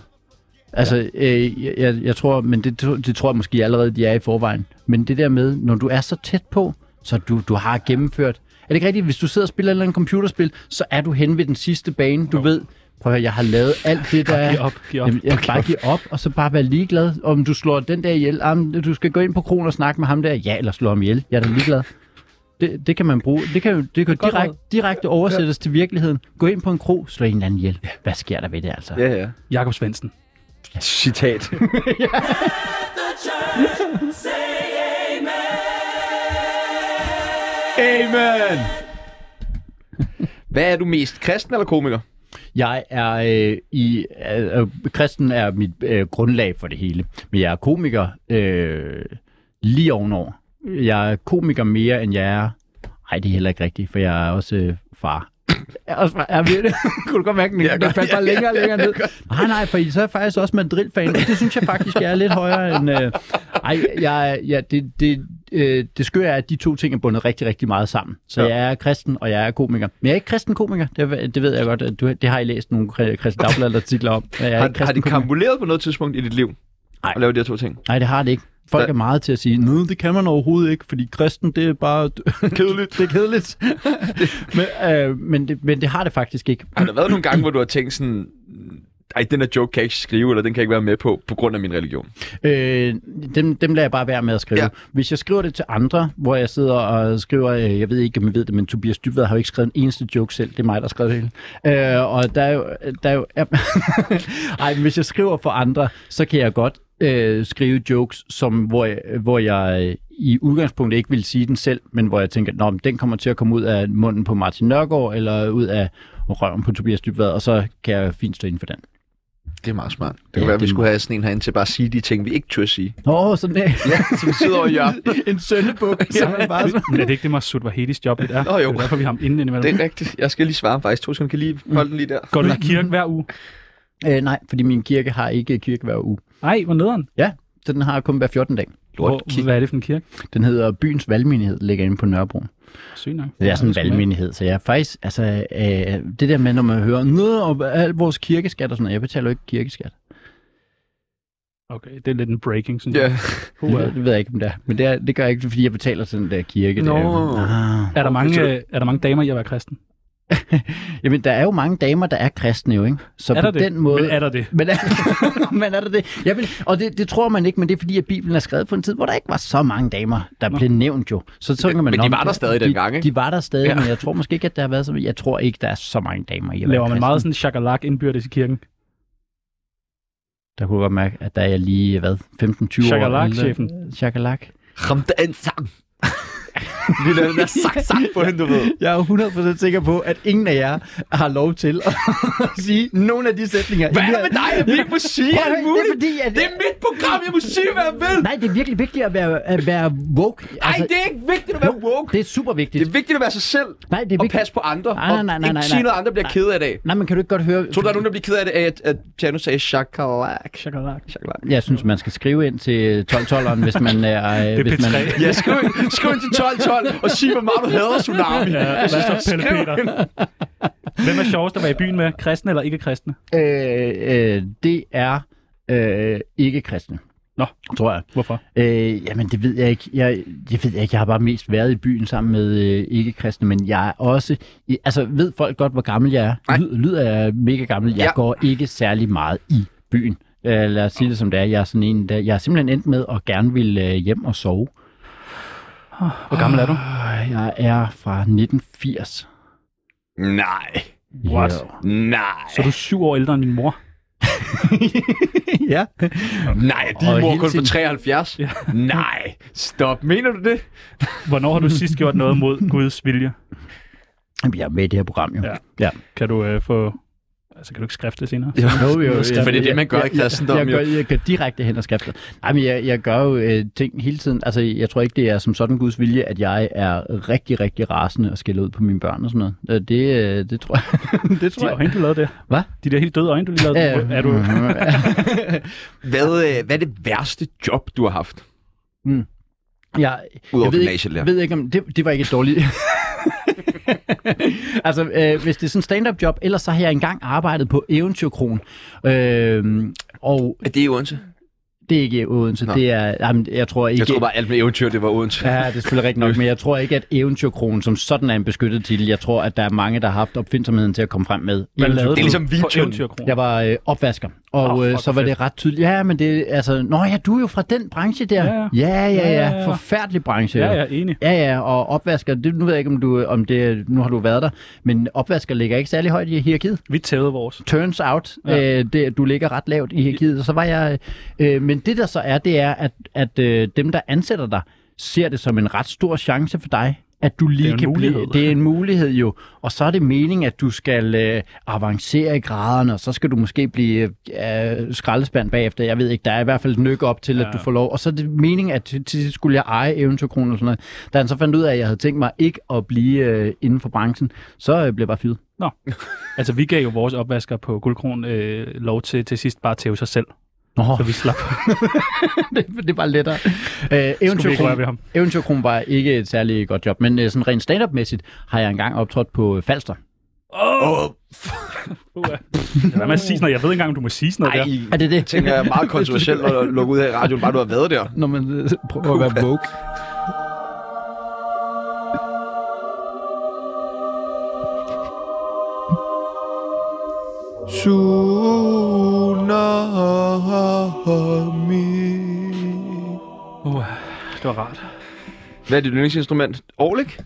Altså, øh, jeg- jeg, jeg tror, men det, tro- det tror jeg måske allerede, de er i forvejen. Men det der med, når du er så tæt på, så du, du har gennemført. Er det ikke rigtigt? Hvis du sidder og spiller et eller andet computerspil, så er du hen ved den sidste bane. Du ved, prøv at høre, jeg har lavet alt det, der er...
Giv op, giv op.
Jamen, jeg bare give op, og så bare være ligeglad. Om du slår den der ihjel, ah, men du skal gå ind på kronen og snakke med ham der. Ja, eller slå ham ihjel. Jeg er da ligeglad. Det, det kan man bruge. Det kan, jo- det kan
Godt
direkte, direkte oversættes ja. til virkeligheden. Gå ind på en kro, slå en eller anden ihjel. Hvad sker der ved det altså?
Ja, ja.
Jakob Svendsen.
Citat. Amen! Hvad er du mest, kristen eller komiker?
Jeg er øh, i øh, øh, kristen er mit øh, grundlag for det hele, men jeg er komiker øh, lige ovenover. Jeg er komiker mere end jeg er. Nej, det er heller ikke rigtigt, for jeg er også øh, far. Jeg er også far. Jeg ved det. Kunne du godt mærke den? Ja, den faldt bare længere og længere ned. Nej, nej, for I- så er jeg faktisk også Madrid-fan, og det synes jeg faktisk, jeg er lidt højere end... Øh... Ej, jeg, jeg, det, det, øh, det skøre er, at de to ting er bundet rigtig, rigtig meget sammen. Så
Ja.
ja. jeg er kristen, og jeg er komiker. Men jeg er ikke kristen komiker, det, det ved jeg godt. at Du, det har I læst nogle kri- kristen dagblad-artikler om. men Jeg er
Har,
ikke
har
kristen
det
komiker.
kamboleret på noget tidspunkt i dit liv?
Nej.
At lave de her to ting?
Nej, det har det ikke. Folk
Der-
er meget til at sige, nej, det kan man overhovedet ikke, fordi kristen, det er bare...
Kedeligt.
det er kedeligt. men, øh, men, det, men det har det faktisk ikke.
Har der været nogle gange, hvor du har tænkt sådan, ej, den her joke kan jeg ikke skrive, eller den kan jeg ikke være med på, på grund af min religion?
Øh, dem, dem lader jeg bare være med at skrive.
Ja.
Ja. Hvis jeg skriver det til andre, hvor jeg sidder og skriver, øh, jeg ved ikke, om I ved det, men Tobias Dybvad har jo ikke skrevet en eneste joke selv. Det er mig, der har skrevet det hele. Øh, og der er jo... Der er jo ja. Ej, men hvis jeg skriver for andre, så kan jeg godt øh, skrive jokes, som, hvor, jeg, hvor jeg øh, i udgangspunktet ikke vil sige den selv, men hvor jeg tænker, Nå, men den kommer til at komme ud af munden på Martin Nørgaard, eller ud af røven på Tobias Dybvad, og så kan jeg fint stå inden for den.
Det er meget smart. Det
Ja,
kunne være, at vi
det-
skulle have sådan en herinde til bare at sige de ting, vi ikke tør sige.
Åh, sådan der.
Ja, som sidder og hjørnet.
en søndebuk, som man bare så...
Men er det ikke det, Masud Vahedis job lidt er?
Nå, jo.
Det er derfor, vi har ham inden indimellem.
Det er rigtigt. Jeg skal lige svare faktisk. To sekunder. Kan I lige holde den lige der?
Går du i kirke hver uge?
Øh, nej, fordi min kirke har ikke kirke hver uge.
Nej, hvor nederen.
Ja, så den har kun hver 14 dag.
Hvor, hvad er det for en kirke?
Den hedder Byens Valgmenighed, ligger inde på Nørrebro.
Sygt nok.
Det er sådan en
sgu ikke.
valgmenighed, så jeg er faktisk, altså, øh, det der med, når man hører noget om al vores kirkeskat og sådan noget, jeg betaler jo ikke kirkeskat.
Okay, det er lidt en breaking, synes
Ja.
jeg.
Det, ved- det ved jeg ikke, om det er. Men det, er, det gør jeg ikke, fordi jeg betaler til den der kirke.
Nå.
derude. Ah.
Er der, mange,
så-
øh, er der mange damer i at være kristen?
Jamen, der er jo mange damer, der er kristne jo, ikke? Så
Er
på
der det?
den måde...
Men er der det?
Men er, men er der det? Jeg vil, og det, det tror man ikke, men det er fordi, at Bibelen er skrevet på en tid, hvor der ikke var så mange damer, der
Nå.
blev nævnt jo. Så tænker man,
Men de
"Nå,
var der stadig
de,
dengang, ikke?"
De var der stadig,
Ja.
ja. men jeg tror måske ikke, at der har været så Jeg tror ikke, der er så mange damer i at
Laver
være
man
kristen.
meget sådan chakalak indbyrdes i kirken?
Der kunne jeg godt mærke, at der er jeg lige, hvad, 15-20 år.
Shakalak-chefen.
ældre. Shakalak.
Ram da en sang. Lille den der sak, sak på hende, du ved.
Jeg er 100% sikker på, at ingen af jer har lov til at sige nogle af de sætninger.
Hvad er det med dig? Jeg vil ikke må sige
Prøv at
alt
høre, det
muligt.
er fordi, at...
Det er mit program. Jeg må sige, hvad jeg vil.
Nej, det er virkelig vigtigt at være, at være woke. Altså,
Nej, det er ikke vigtigt at være woke.
det er super vigtigt.
altså- Det er vigtigt at være sig selv.
Nej, det er
Og
vigtigt.
passe på andre.
Nej, nej, nej,
og
nej,
ikke
nej,
sige
nej.
noget, andre bliver ked af i dag.
Nej, men kan du ikke godt høre...
Tror du, der er nogen, der bliver ked af det, af, at, at Piano sagde chakalak?
Chakalak.
Chakalak.
Jeg synes, man skal skrive ind til 12-12'eren, hvis man er...
Det er
hvis
P3.
man,
Ja, skriv, ind- skriv ind til 1212 og sig, hvor meget du hader tsunami.
Ja, hvad er så Pelle Peter? Hvem er sjovest at være i byen med? Kristne eller ikke kristne?
øh, øh, det er øh, ikke kristne.
Nå.
tror jeg.
Hvorfor?
Øh, jamen, det ved jeg ikke. Jeg, jeg ved ikke, jeg har bare mest været i byen sammen med øh, ikke-kristne, men jeg er også... I, altså, ved folk godt, hvor gammel jeg
Nej.
er? Lyd, lyder jeg mega gammel? Jeg
Ja.
ja. går ikke særlig meget i byen. Øh, lad os sige det som det er. Jeg er, sådan en, der, jeg er simpelthen endt med at gerne vil øh, hjem og sove.
Hvor gammel er du?
Øh, Jeg er fra 1980.
Nej,
What?
Jo.
nej,
Så er du syv år ældre end min mor.
ja.
nej, din
Og
mor er
hele
kun på
tiden-
73. Nej, stop, mener du det?
Hvornår har du sidst gjort noget mod Guds vilje?
Jamen, Jeg er med i det her program, jo.
Ja.
ja.
Kan du øh, få... Altså, kan du ikke skrifte det senere?
Jo, jo,
For det er det, man gør i kristendommen,
Jeg, jeg,
jo.
jeg, gør, jeg gør direkte hen og skrifter. Nej, men jeg, jeg gør jo øh, ting hele tiden. Altså, jeg tror ikke, det er som sådan Guds vilje, at jeg er rigtig, rigtig rasende og skælder ud på mine børn og sådan noget. Øh, Det, øh, det tror jeg. det
De
tror jeg.
øjne, du lavede det.
Hvad?
De der helt døde øjne, du lige lavede.
Øh,
Er du...
Hvad, øh, hvad er det værste job, du har haft?
Jeg,
Udover
jeg ved
gymnasielærer.
ikke, ved ikke om det, det var ikke et dårligt. altså, øh, hvis det er sådan en stand-up job, ellers så har jeg engang arbejdet på Eventyrkron. Øh, Og
Er det i Odense?
det er ikke i Odense.
Nå.
Det er, jamen, jeg tror ikke...
Jeg tror bare, alt med eventyr, det var Odense.
Ja, det er selvfølgelig rigtigt nok, men jeg tror ikke, at eventyrkronen som sådan er en beskyttet titel. Jeg tror, at der er mange, der har haft opfindsomheden til at komme frem med.
Hvad lavede
Det er
du
ligesom
på
videoen.
Eventyrkronen?
Jeg var øh, opvasker, og
Åh,
oh, øh,
fuck,
så
hvor
var det ret tydeligt. Ja, men det altså... Nå ja, du er jo fra den branche der.
Ja,
Ja, ja, ja.
Ja, ja,
ja,
ja.
Forfærdelig branche.
Ja, ja, enig.
Ja, ja, og opvasker, det, nu ved jeg ikke, om, du, om det, nu har du været der, men opvasker ligger ikke særlig højt i hierarkiet.
Vi tævede vores.
Turns out,
Ja.
ja. øh, det, du ligger ret lavt i hierarkiet, og så var jeg... Øh, men det der så er, det er, at, at øh, dem, der ansætter dig, ser det som en ret stor chance for dig, at du
Det er
lige
en
kan
mulighed.
blive... Det er en mulighed jo. Og så er det meningen, at du skal øh, avancere i graderne, og så skal du måske blive øh, skraldespand bagefter. Jeg ved ikke, der er i hvert fald et nyk op til, ja.
Ja.
at du får lov. Og så er det meningen, at til til sidst skulle jeg eje eventyrkronen og sådan noget. Da han så fandt ud af, at jeg havde tænkt mig ikke at blive øh, inden for branchen, så øh, blev jeg bare fyret.
Altså, vi gav jo vores opvasker på Guldkron øh, lov til til sidst bare at tæve sig selv,
Nå,
så vi slap.
det, det var lettere. Øh,
Skulle vi ikke røre ved
eventyrkron,
ham.
eventyrkron var ikke et særlig godt job, men øh, sådan rent stand-up-mæssigt har jeg engang optrådt på øh, Falster.
Åh! Oh! Hvad man sige sådan noget? Jeg ved ikke engang, om du må sige sådan noget der.
Er det det?
tænker jeg er meget kontroversielt at lukke ud her i radioen, bare du har været der.
Når man øh, prøver at være woke.
Tsunami.
Uh, det var rart.
Hvad er dit yndlingsinstrument? Orlik?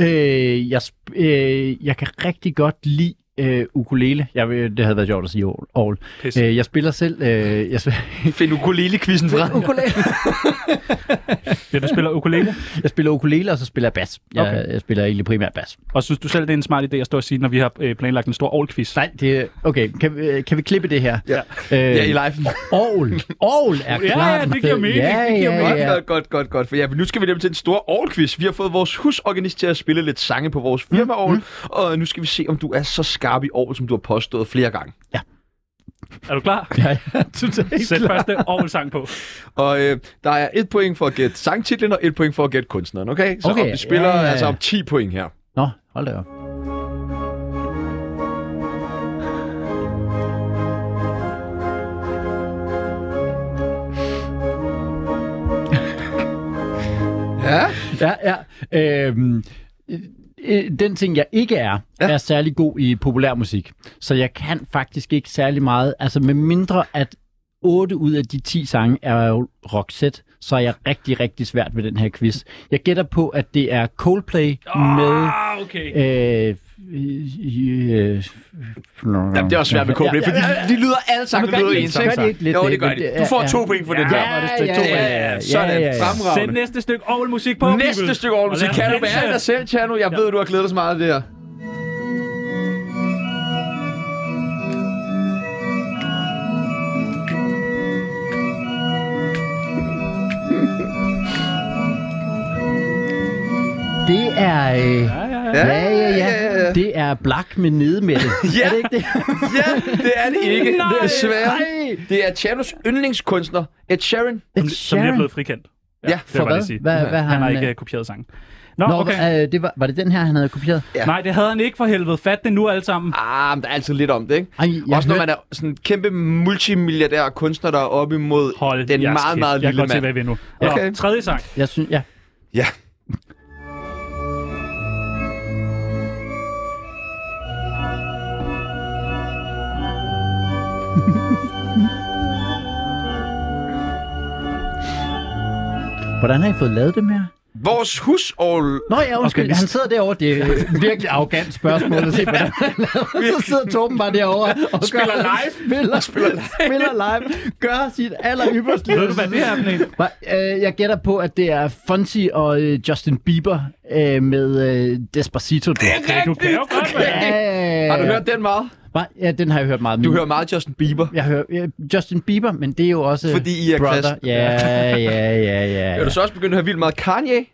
Øh, jeg, sp- øh, jeg kan rigtig godt lide øh, ukulele. Jeg, ved- det havde været sjovt at sige all. all.
Pis.
Øh, jeg spiller selv... Øh, jeg, sp-
Find ukulele-quizzen frem.
Ja, du spiller ukulele,
jeg spiller ukulele, og så spiller jeg bas. Jeg,
Okay.
okay. jeg spiller egentlig primært bas.
og synes du selv, det er en smart idé at stå og sige, når vi har øh, planlagt en stor ovl-quiz?
Nej, det... Okay, kan, vi- øh, kan vi klippe det her?
Ja.
Øh,
Ja, i live.
Aarhus. Aarhus er
Ja,
klart.
ja,
en
det giver
fed-
mening,
Ja,
det giver
ja,
Godt,
ja.
godt, godt, godt, godt. For ja, nu skal vi nemlig til den store Aarhus-quiz. Vi har fået vores husorganist til at spille lidt sange på vores firma mm. og nu skal vi se, om du er så skarp i år, som du har påstået flere gange.
Er du klar?
Ja, ja, totalt
Sæt
klar.
første ovl-sang på.
Og øh, der er et point for at gætte sangtitlen, og et point for at gætte kunstneren, okay? Så
Okay,
om vi spiller
ja, ja, ja.
altså om 10 point her.
Nå, hold da op.
Ja,
Ja, ja. Øhm, øh, øh, den ting, jeg ikke er, ja. er særlig god i populærmusik. Så jeg kan faktisk ikke særlig meget. Altså med mindre at 8 ud af de 10 sange er jo rockset, så er jeg rigtig, rigtig svært ved den her quiz. Jeg gætter på, at det er Coldplay med...
Ah, okay.
Øh, øh, øh,
Jamen, det er også svært med KB, fordi de, de lyder alle sammen
Men gør
lyder
de-
ens,
gør
ikke?
de ikke lidt
Jo, det
det?
gør
Men
de.
det-
Du får
ja,
to
ja.
point for den her.
Ja,
var det stik
ja,
to?
ja, ja, ja,
Sådan,
ja, ja, ja.
Sæt
fremragende.
næste stykke ovl-musik på.
Næste
Bibel.
stykke overmusik.
Og lad
Kan du
os danse.
være dig selv, Tjerno? Jeg ved, du har glædet dig så meget af det her.
Det er... Øh,
Ja, ja, ja.
ja, ja, ja,
ja.
ja. Det er Black med nede med det.
Ja.
Er det ikke det?
Ja, det er det ikke.
Nej.
Desværre.
Nej.
Det er Tjernos yndlingskunstner, Ed Sheeran.
Som, som lige er blevet frikendt.
Ja,
det vil
For
jeg bare lige
hvad?
sige.
Hvad, hvad har
Han
han,
har
øh,
ikke øh, kopieret sangen. Nå,
Nå,
okay.
okay. øh, det var, var det den her, han havde kopieret?
Ja.
Nej, det havde han ikke for helvede. Fat det nu alle sammen.
Ah, men der er altid lidt om det, ikke?
Ej,
Jeg Også når man er sådan en kæmpe multimilliardær kunstner, der er oppe imod
Hold
den
jeres
meget,
kæft.
meget
Jeg kan
lille
godt se,
mand.
hvad vi er nu. Nå,
Okay.
tredje sang.
jeg synes, ja.
Ja.
Hvordan har I fået lavet dem her?
Vores hus
Nå ja, undskyld,
Okay.
okay. han sidder derovre. Det er øh, virkelig arrogant spørgsmål at se, hvordan han er lavet. Så sidder Torben bare derovre og
Spiller
gør,
live.
Spiller, spiller, live. spiller live. Gør sit aller ypperste.
Ved du, hvad det er for en?
Hva- øh, Jeg gætter på, at det er Fonzie og øh, Justin Bieber øh, med øh, Despacito. Det
Okay, du kan jo godt være.
Har du hørt den meget?
Ja, den har jeg hørt meget.
Du
men-
hører meget Justin Bieber.
Jeg hører øh, Justin Bieber, men det er jo også... øh,
Fordi I er
brother.
kristne.
Ja, ja, ja, ja.
Er
ja.
du så også begyndt at høre vildt meget Kanye?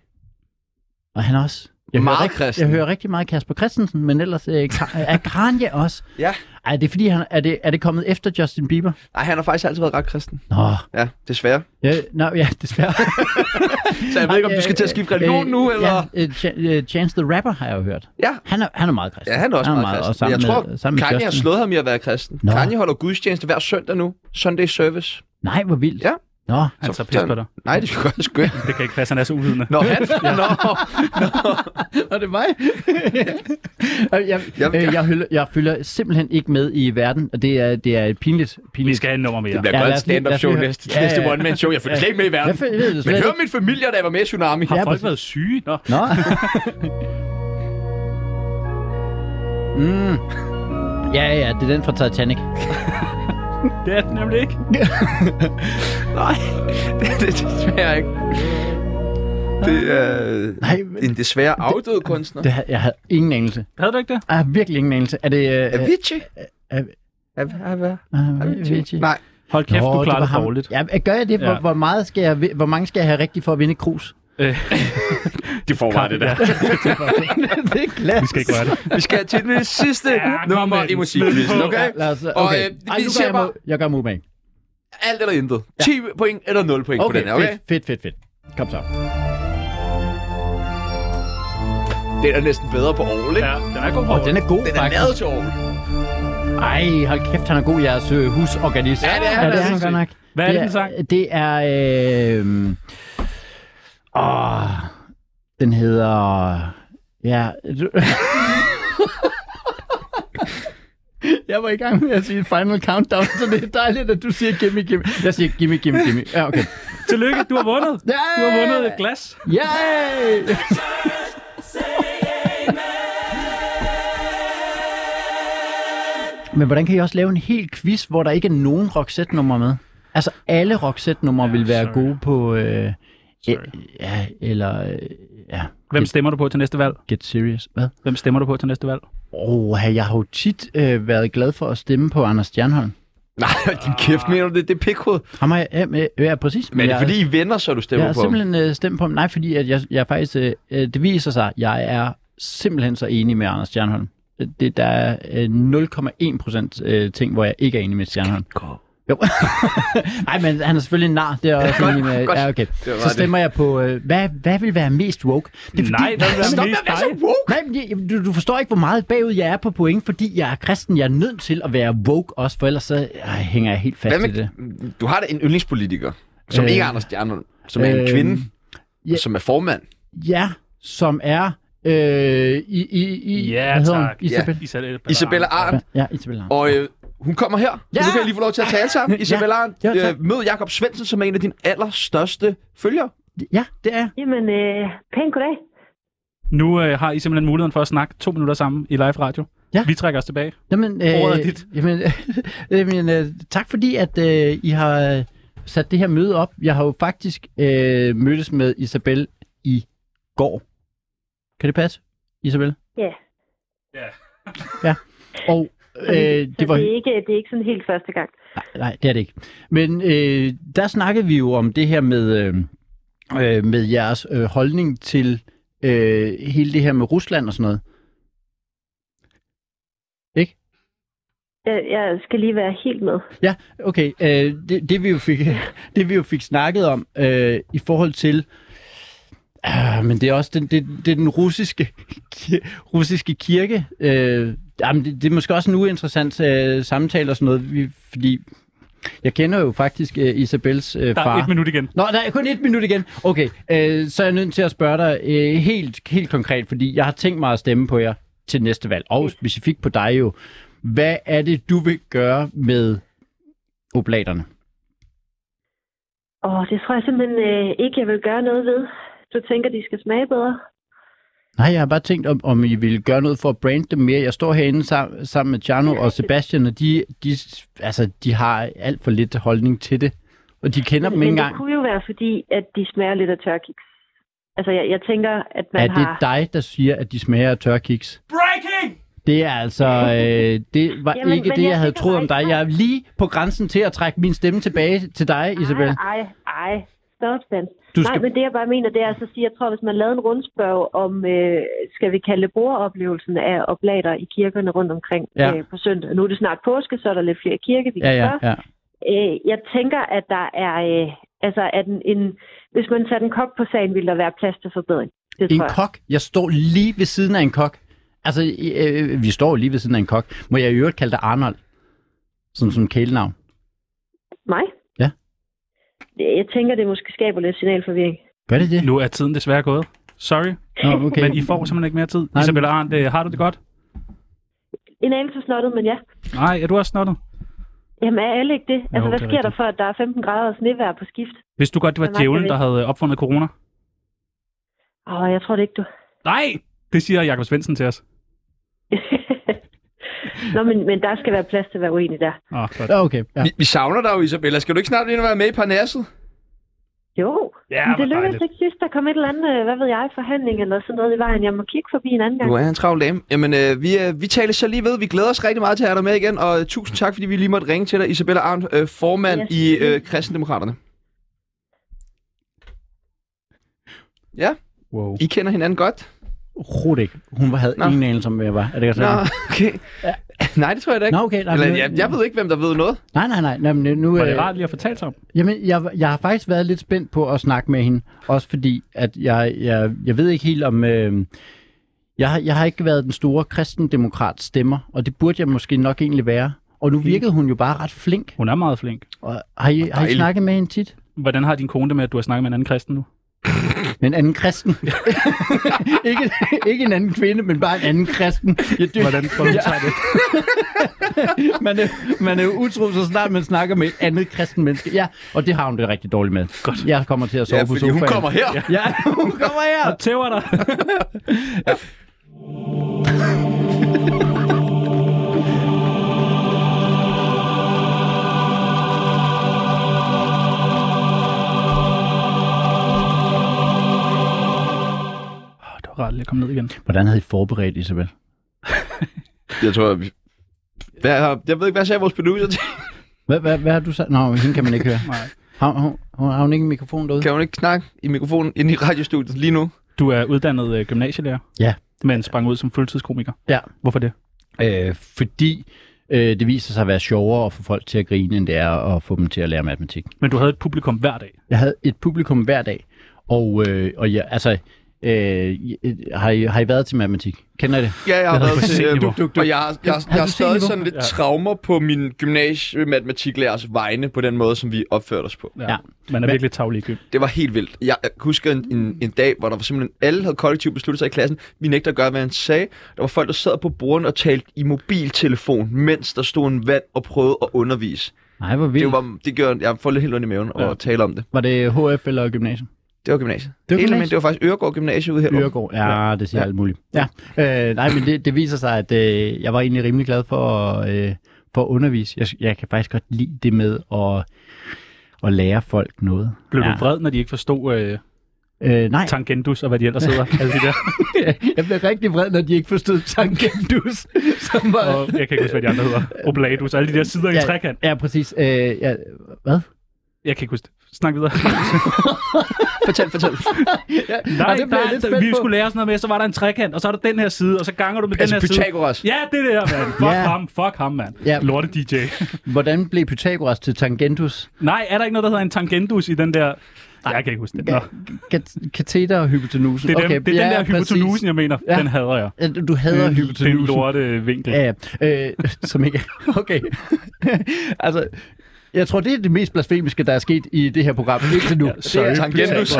Og han også. Jeg
Meget
hører, rigt-
kristen.
Jeg hører rigtig meget Kasper Christensen, men ellers øh, Ka- er Granje også.
Ja.
Ej, det er fordi, han, er, det, er det kommet efter Justin Bieber?
Nej, han har faktisk altid været ret kristen.
Nå,
Ja, desværre.
ja, nå, ja desværre.
Så jeg ved ikke, om du skal til at skifte religion nu, eller...
Ja, øh, Ch- øh, Chance the Rapper har jeg jo hørt.
Ja.
Han er, han er meget kristen.
Ja, han er også han er meget,
og
kristen.
sammen
Men jeg tror,
med, sammen med
Kanye har
Justin.
slået ham i at være kristen.
Nå.
Kanye holder gudstjeneste hver søndag nu. Sunday service.
Nej, hvor vildt.
Ja.
Nå,
Han tager Altså, pis på dig.
Nej, det skulle jeg sgu ikke.
Det kan ikke passe, han er så uvidende.
Nå, han... Nå.
Var det mig? jeg, jeg,
Jamen,
øh,
ja.
jeg, hylder, jeg følger simpelthen ikke med i verden, og det er, det er pinligt.
Vi
pinligt.
skal have en nummer mere.
Det bliver
Ja,
ja,
lad
godt
os
et
lige- lad
stand-up
os
show
lige høre-
næste,
Ja,
ja, næste
ja.
one-man show. Jeg følger
Ja.
slet ikke med i verden.
Jeg ved det
Men
slet
hør
ikke.
min familie, der var med i Tsunami.
Har
Ja,
folk
præcis.
været syge? Nå.
Nå. mm. Ja, ja, det er den fra Titanic.
Det er det nemlig ikke.
Nej, det, det, det desværre ikke. Det er
Nej, men-
en desværre afdød kunstner.
Det, har- jeg har ingen anelse.
Havde du ikke det?
Jeg har virkelig ingen anelse. Er det... Øh, øh,
Avicii?
Av-
Av- Av-
øh,
Avicii? Nej,
Hold kæft,
Nå,
du
det
klarer
var
det
ham.
dårligt.
Ja, gør jeg det? Hvor,
Ja.
hvor, meget skal jeg, vi- hvor mange skal jeg have rigtigt for at vinde krus?
Øh.
Det får bare det der.
det er glas.
Vi skal ikke gøre det.
vi skal til det sidste
Ja, kom
nummer
med den.
i musikquizzen,
Smid den på.
okay?
Lad os, okay.
Og, øh, vi
Ej, nu gør
siger
jeg,
bare-
bare... jeg gør move
Alt eller intet. 10 point eller 0 point på den her, okay?
fedt, fedt, fedt, fedt. Kom så.
Den er næsten bedre på Aarhus, ikke?
Ja, den er god på.
Og den er god,
Den er
faktisk.
lavet til Aarhus.
Ej, hold kæft, han er god, jeres øh, husorganist.
Ja, det er han,
ja, det er han
altså.
godt nok.
Hvad er
det
det for en sang?
Det er... Øh, åh, den hedder... Ja... Du... Jeg var i gang med at sige Final Countdown, så det er dejligt, at du siger gimme, gimme. Jeg siger gimme, gimme, gimme. Ja, okay.
Tillykke, du har vundet.
Ja!
Du har vundet et glas.
Yay! Men hvordan kan I også lave en hel quiz, hvor der ikke er nogen roxette numre med? Altså, alle roxette numre ja, vil være
sorry.
gode på... Øh, øh,
Sorry.
ja, eller... øh, Ja,
Hvem stemmer du på til næste valg?
get serious. Hvad?
Hvem stemmer du på til næste valg?
Åh, oh, jeg har jo tit øh, været glad for at stemme på Anders Stjernholm.
Nej, din kæft, mener du det? Det er pikhoved.
Ham har jeg... Ja, med, ja præcis.
Men er det
jeg,
fordi, I er venner, så du
jeg
stemmer
har
på ham?
simpelthen øh, stemt på ham. Nej, fordi at jeg, jeg faktisk... Øh, øh, det viser sig, at jeg er simpelthen så enig med Anders Stjernholm. Det, der er øh, 0,1 procent øh, ting, hvor jeg ikke er enig med Stjernholm. Jo. Nej, men han er selvfølgelig en nar. Det er også enig med.
godt.
Ja, okay.
var
Så
det.
stemmer jeg på, øh, hvad, hvad vil være mest woke? Det
Nej, hvad vil være
Stop.
mest-
Hvad er så
Nej.
woke?
Nej, men jeg- du, du forstår ikke, hvor meget bagud jeg er på point, fordi jeg er kristen. Jeg er nødt til at være woke også, for ellers så øh, hænger jeg helt fast
Hvad
i det.
med, du har da en yndlingspolitiker, som
Øh.
ikke er Anders Stjernholm, som er en
Øh,
kvinde,
ja.
som er formand.
Ja, som er... Øh, i, i, i,
Ja,
hvad hedder hun?
tak.
Isabel.
Isabella.
Isabella Arndt.
Ja, Isabel Arndt.
Og øh, hun kommer her, ja!
Ja!
så nu kan jeg lige få lov til at tale sammen. Isabella Arndt,
Ja, tak.
øh, mød Jakob Svendsen, som er en af dine allerstørste følgere.
Ja, det er jeg.
Jamen, øh, pænt goddag.
Nu øh, har I simpelthen muligheden for at snakke to minutter sammen i live radio.
Ja.
Vi trækker os tilbage.
Jamen, øh,
Ordet er dit.
Jamen, jamen øh, tak fordi, at øh, I har øh, sat det her møde op. Jeg har jo faktisk øh, mødtes med Isabel i går. Kan det passe, Isabel?
Ja.
Ja.
ja. Og
Så,
øh,
så
det var...
det, er ikke, det er ikke sådan helt første gang.
Nej, det er det ikke. Men øh, der snakkede vi jo om det her med, øh, øh, med jeres øh, holdning til øh, hele det her med Rusland og sådan noget. Ikke?
Jeg, jeg skal lige være helt med.
Ja, okay. Øh, det, det, vi jo fik, det vi jo fik snakket om øh, i forhold til... Øh, men det er også den, det, det er den russiske, russiske kirke. Øh, jamen det, det er måske også en uinteressant øh, samtale og sådan noget, vi, fordi jeg kender jo faktisk øh, Isabels øh,
Der er
far.
et minut igen.
Nå, der er kun et minut igen. Okay, øh, så er jeg nødt til at spørge dig øh, helt, helt konkret, fordi jeg har tænkt mig at stemme på jer til næste valg, og specifikt på dig jo. Hvad er det, du vil gøre med oblaterne?
Åh, det tror jeg simpelthen øh, ikke, jeg vil gøre noget ved. Du tænker, de skal smage bedre?
Nej, jeg har bare tænkt, om, om I ville gøre noget for at brande dem mere. Jeg står herinde sam, sammen med Tjano og Sebastian, og de, de, altså, de har alt for lidt holdning til det. Og de kender dem ikke
Men det
engang.
kunne jo være fordi, at de smager lidt af tørkiks. Altså, jeg, jeg tænker, at man
Er det
har...
dig, der siger, at de smager af tørkiks?
Breaking!
Det er altså, øh, det var Jamen,
Jamen,
ikke
men
det, jeg
jeg
havde
tænker
troet om
bare
dig.
ikke-
Jeg er lige på grænsen til at trække min stemme tilbage til dig, Isabel.
Ej, ej, ej. Størrelsesdans.
Du
Nej,
skal...
men det jeg bare mener, det er altså at sige, jeg tror, hvis man lavede en rundspørg om, øh, skal vi kalde det brugeroplevelsen af oblater i kirkerne rundt omkring
Ja.
ja. øh, på søndag. Nu er det snart påske, så er der lidt flere kirke, vi
Ja,
kan
ja,
gøre.
ja.
Øh, jeg tænker, at der er, øh, altså at en, en, hvis man satte en kok på sagen, ville der være plads til forbedring. Det
En
tror jeg.
kok? Jeg står lige ved siden af en kok. Altså, i- øh, vi står jo lige ved siden af en kok. Må jeg i øvrigt kalde dig Arnold? Sådan som kælenavn.
Mig?
Ja.
Jeg tænker, det måske skaber lidt signalforvirring.
Gør det det?
Nu er tiden desværre gået. Sorry,
Nå, okay.
men I får simpelthen ikke mere tid.
men-
Isabella Arndt, øh, har du det godt?
En anelse snottet, men ja.
Nej, er du også snottet?
Jamen er alle ikke det? Altså,
Jo,
hvad
det er
sker der
rigtigt.
for, at der er 15 grader og snevejr på skift?
Hvis du godt, det
Så
var
langt er
djævlen,
det
der havde øh, opfundet corona.
Åh, jeg tror det ikke, du.
Nej, det siger Jakob Svendsen til os.
Nå, men, men der skal være plads til at være uenig der.
Åh, godt.
Ja, okay. Ja.
Vi, vi savner dig jo, Isabella. Skal du ikke snart ind og være med i Parnasset?
Jo,
Ja,
men
hvor
det lykkedes
dejligt.
ikke sidst. Der kom et eller andet, øh, hvad ved jeg, forhandling eller sådan noget i vejen. Jeg må kigge forbi en anden gang.
Du er en travl dame. Jamen, øh, vi, øh, vi taler så lige ved. Vi glæder os rigtig meget til at have dig med igen. Og øh, tusind tak, fordi vi lige måtte ringe til dig. Isabella Arndt, øh, formand
Yes.
yes. i øh, Kristendemokraterne. Ja,
Wow.
I kender hinanden godt.
Rudik, hun havde
Nå.
ingen anelse om, hvad jeg var. Er det godt
Nå,
sådan?
okay. Nej, det tror jeg da ikke.
Nå, okay. Nej,
Eller,
men-
jeg, jeg ved ikke, hvem der ved noget.
Nej, nej, nej. nej men nu,
Var det
øh,
rart lige at fortælle sig om?
Jamen, jeg, jeg har faktisk været lidt spændt på at snakke med hende, også fordi, at jeg, jeg, jeg ved ikke helt om... Øh, jeg, har- jeg har ikke været den store kristendemokrat stemmer, og det burde jeg måske nok egentlig være. Og
Mm.
nu virkede hun jo bare ret flink.
Hun er meget flink.
Og har, I, har I
Dejligt.
snakket med hende tit?
Hvordan har din kone det med, at du har snakket med en anden kristen nu?
Med en anden kristen. ikke, ikke en anden kvinde, men bare en anden kristen. Jeg dyr,
Hvordan prøver du det?
man, er, man er jo utro, så snart man snakker med et andet kristen menneske. Ja, og det har hun det rigtig dårligt med. Godt. Jeg kommer til at sove
Ja,
på
fordi
sofaen.
hun kommer her. Ja.
Ja, hun kommer her.
Tæver dig. Åh, det var rart lige at komme ned igen.
Hvordan havde I forberedt, Isabel?
Jeg tror, vi... Hvad, har- jeg ved ikke, hvad sagde vores producer til?
Hvad, hvad, hvad har du sagt? Nå, hende kan man ikke høre.
Nej.
Har, hun, hun- har hun ikke en mikrofon derude?
Kan hun ikke snakke i mikrofonen inde i radiostudiet lige nu?
Du er uddannet øh, gymnasielærer.
Ja.
Men sprang ud som fuldtidskomiker.
Ja.
Hvorfor det?
Øh, fordi øh, det viser sig at være sjovere at få folk til at grine, end det er at få dem til at lære matematik.
Men du havde et publikum hver dag.
Jeg havde et publikum hver dag, og, øh, og jeg, altså, øh, jeg- har, I, har I været til matematik? Kender I det?
Ja, jeg har
Jeg havde
været
på
til øh,
seniorniveau.
duk, duk, duk. Og jeg, har- jeg, jeg,
du
jeg har stadig
seniorniveau?
sådan lidt
Ja.
traumer på min gymnasiematematiklæreres vegne på den måde, som vi opførte os på.
Ja.
Man er
Men-
virkelig tavlig i gym.
Det var helt vildt. Jeg husker en, en, en dag, hvor der var simpelthen alle havde kollektivt besluttet sig i klassen. Vi nægter at gøre, hvad han sagde. Der var folk, der sad på bordene og talte i mobiltelefon, mens der stod en vand og prøvede at undervise.
Nej, hvor vildt.
Det, var, det gjorde, jeg får lidt helt ondt i maven over
Ja.
at tale om det.
Var det HF eller gymnasium?
Det var gymnasiet.
Det var
Helt almindeligt.
gymnasiet.
det var faktisk Øregård Gymnasium ude her.
Øregård. Ja, det siger ja. alt muligt. Ja. Øh, nej, men det, det viser sig, at øh, jeg var egentlig rimelig glad for, at, øh, for at undervise. Jeg, jeg kan faktisk godt lide det med at, at lære folk noget.
Blev
ja.
du vred, når de ikke forstod øh,
Øh, nej,
tangentus og hvad de ellers hedder? alle de der.
jeg blev rigtig vred, når de ikke forstod tangentus, som var...
Og jeg kan ikke huske, hvad de andre hedder. Oblatus, alle de der sider ja. i trekant.
Ja, præcis. Øh, ja, hvad?
Jeg kan ikke huske det. Snak videre.
Fortæl, fortæl.
Ja,
Nej,
og
ja,
det blev jeg lidt
der,
spændt
der, vi
på.
skulle lære sådan noget med, så var der en trekant, og så er der den her side, og så ganger du med
altså
den her side.
Pythagoras.
Ja, det der, mand. Fuck
Ja.
ham, fuck ham, mand.
Ja.
Lorte DJ.
Hvordan blev Pythagoras til tangentus?
Nej, er der ikke noget, der hedder en tangentus i den der... Nej, jeg kan ikke huske det. Nå,
Kat- kateter og hypotenusen.
det er, dem,
okay,
det er den
ja,
der hypotenusen, jeg mener.
Ja.
Den hader jeg.
præcis. Ja, Du hader
Det er en
hypotenusen.
lorte vinkel.
Ja, ja. øh, som ikke... Okay. altså, jeg tror, det er det mest blasfemiske, der er sket i det her program indtil nu. Ja,
sorry, tangentus.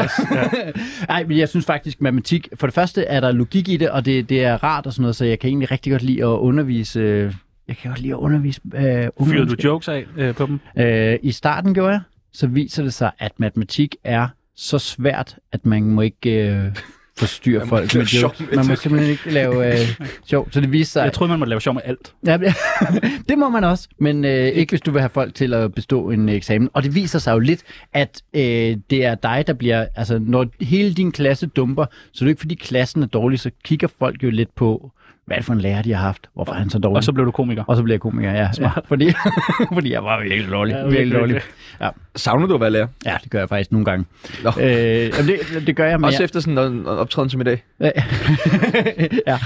Nej, men jeg synes faktisk, matematik... For det første er der logik i det, og det, det er rart og sådan noget, så jeg kan egentlig rigtig godt lide at undervise... Øh, jeg kan godt lide at undervise... Øh, unge
Fyrede du
mennesker.
jokes af øh, på dem?
Øh, I starten gjorde jeg, så viser det sig, at matematik er så svært, at man må ikke øh, forstyrre
Man må
folk
ikke
med
lave sjov
jokes.
med
Man må
det.
simpelthen ikke lave øh, sjov. Så det viser sig...
Jeg troede, man måtte lave sjov med alt.
Ja, men- det må man også, men øh, ikke hvis du vil have folk til at bestå en øh, eksamen. Og det viser sig jo lidt, at øh, det er dig, der bliver... Altså, når hele din klasse dumper, så er det jo ikke, fordi klassen er dårlig, så kigger folk jo lidt på, hvad er det for en lærer, de har haft? Hvorfor er han så dårlig?
Og så blev du komiker.
og så blev jeg komiker, ja. Smart. Fordi, fordi jeg var virkelig dårlig.
Ja,
Ja,
virkelig,
virkelig dårlig.
Savner du at være lærer?
Ja, det gør jeg faktisk nogle gange.
Nå.
Øh, jamen det, det gør jeg, men
Også
jeg,
efter sådan en en optræden som i dag.
ja.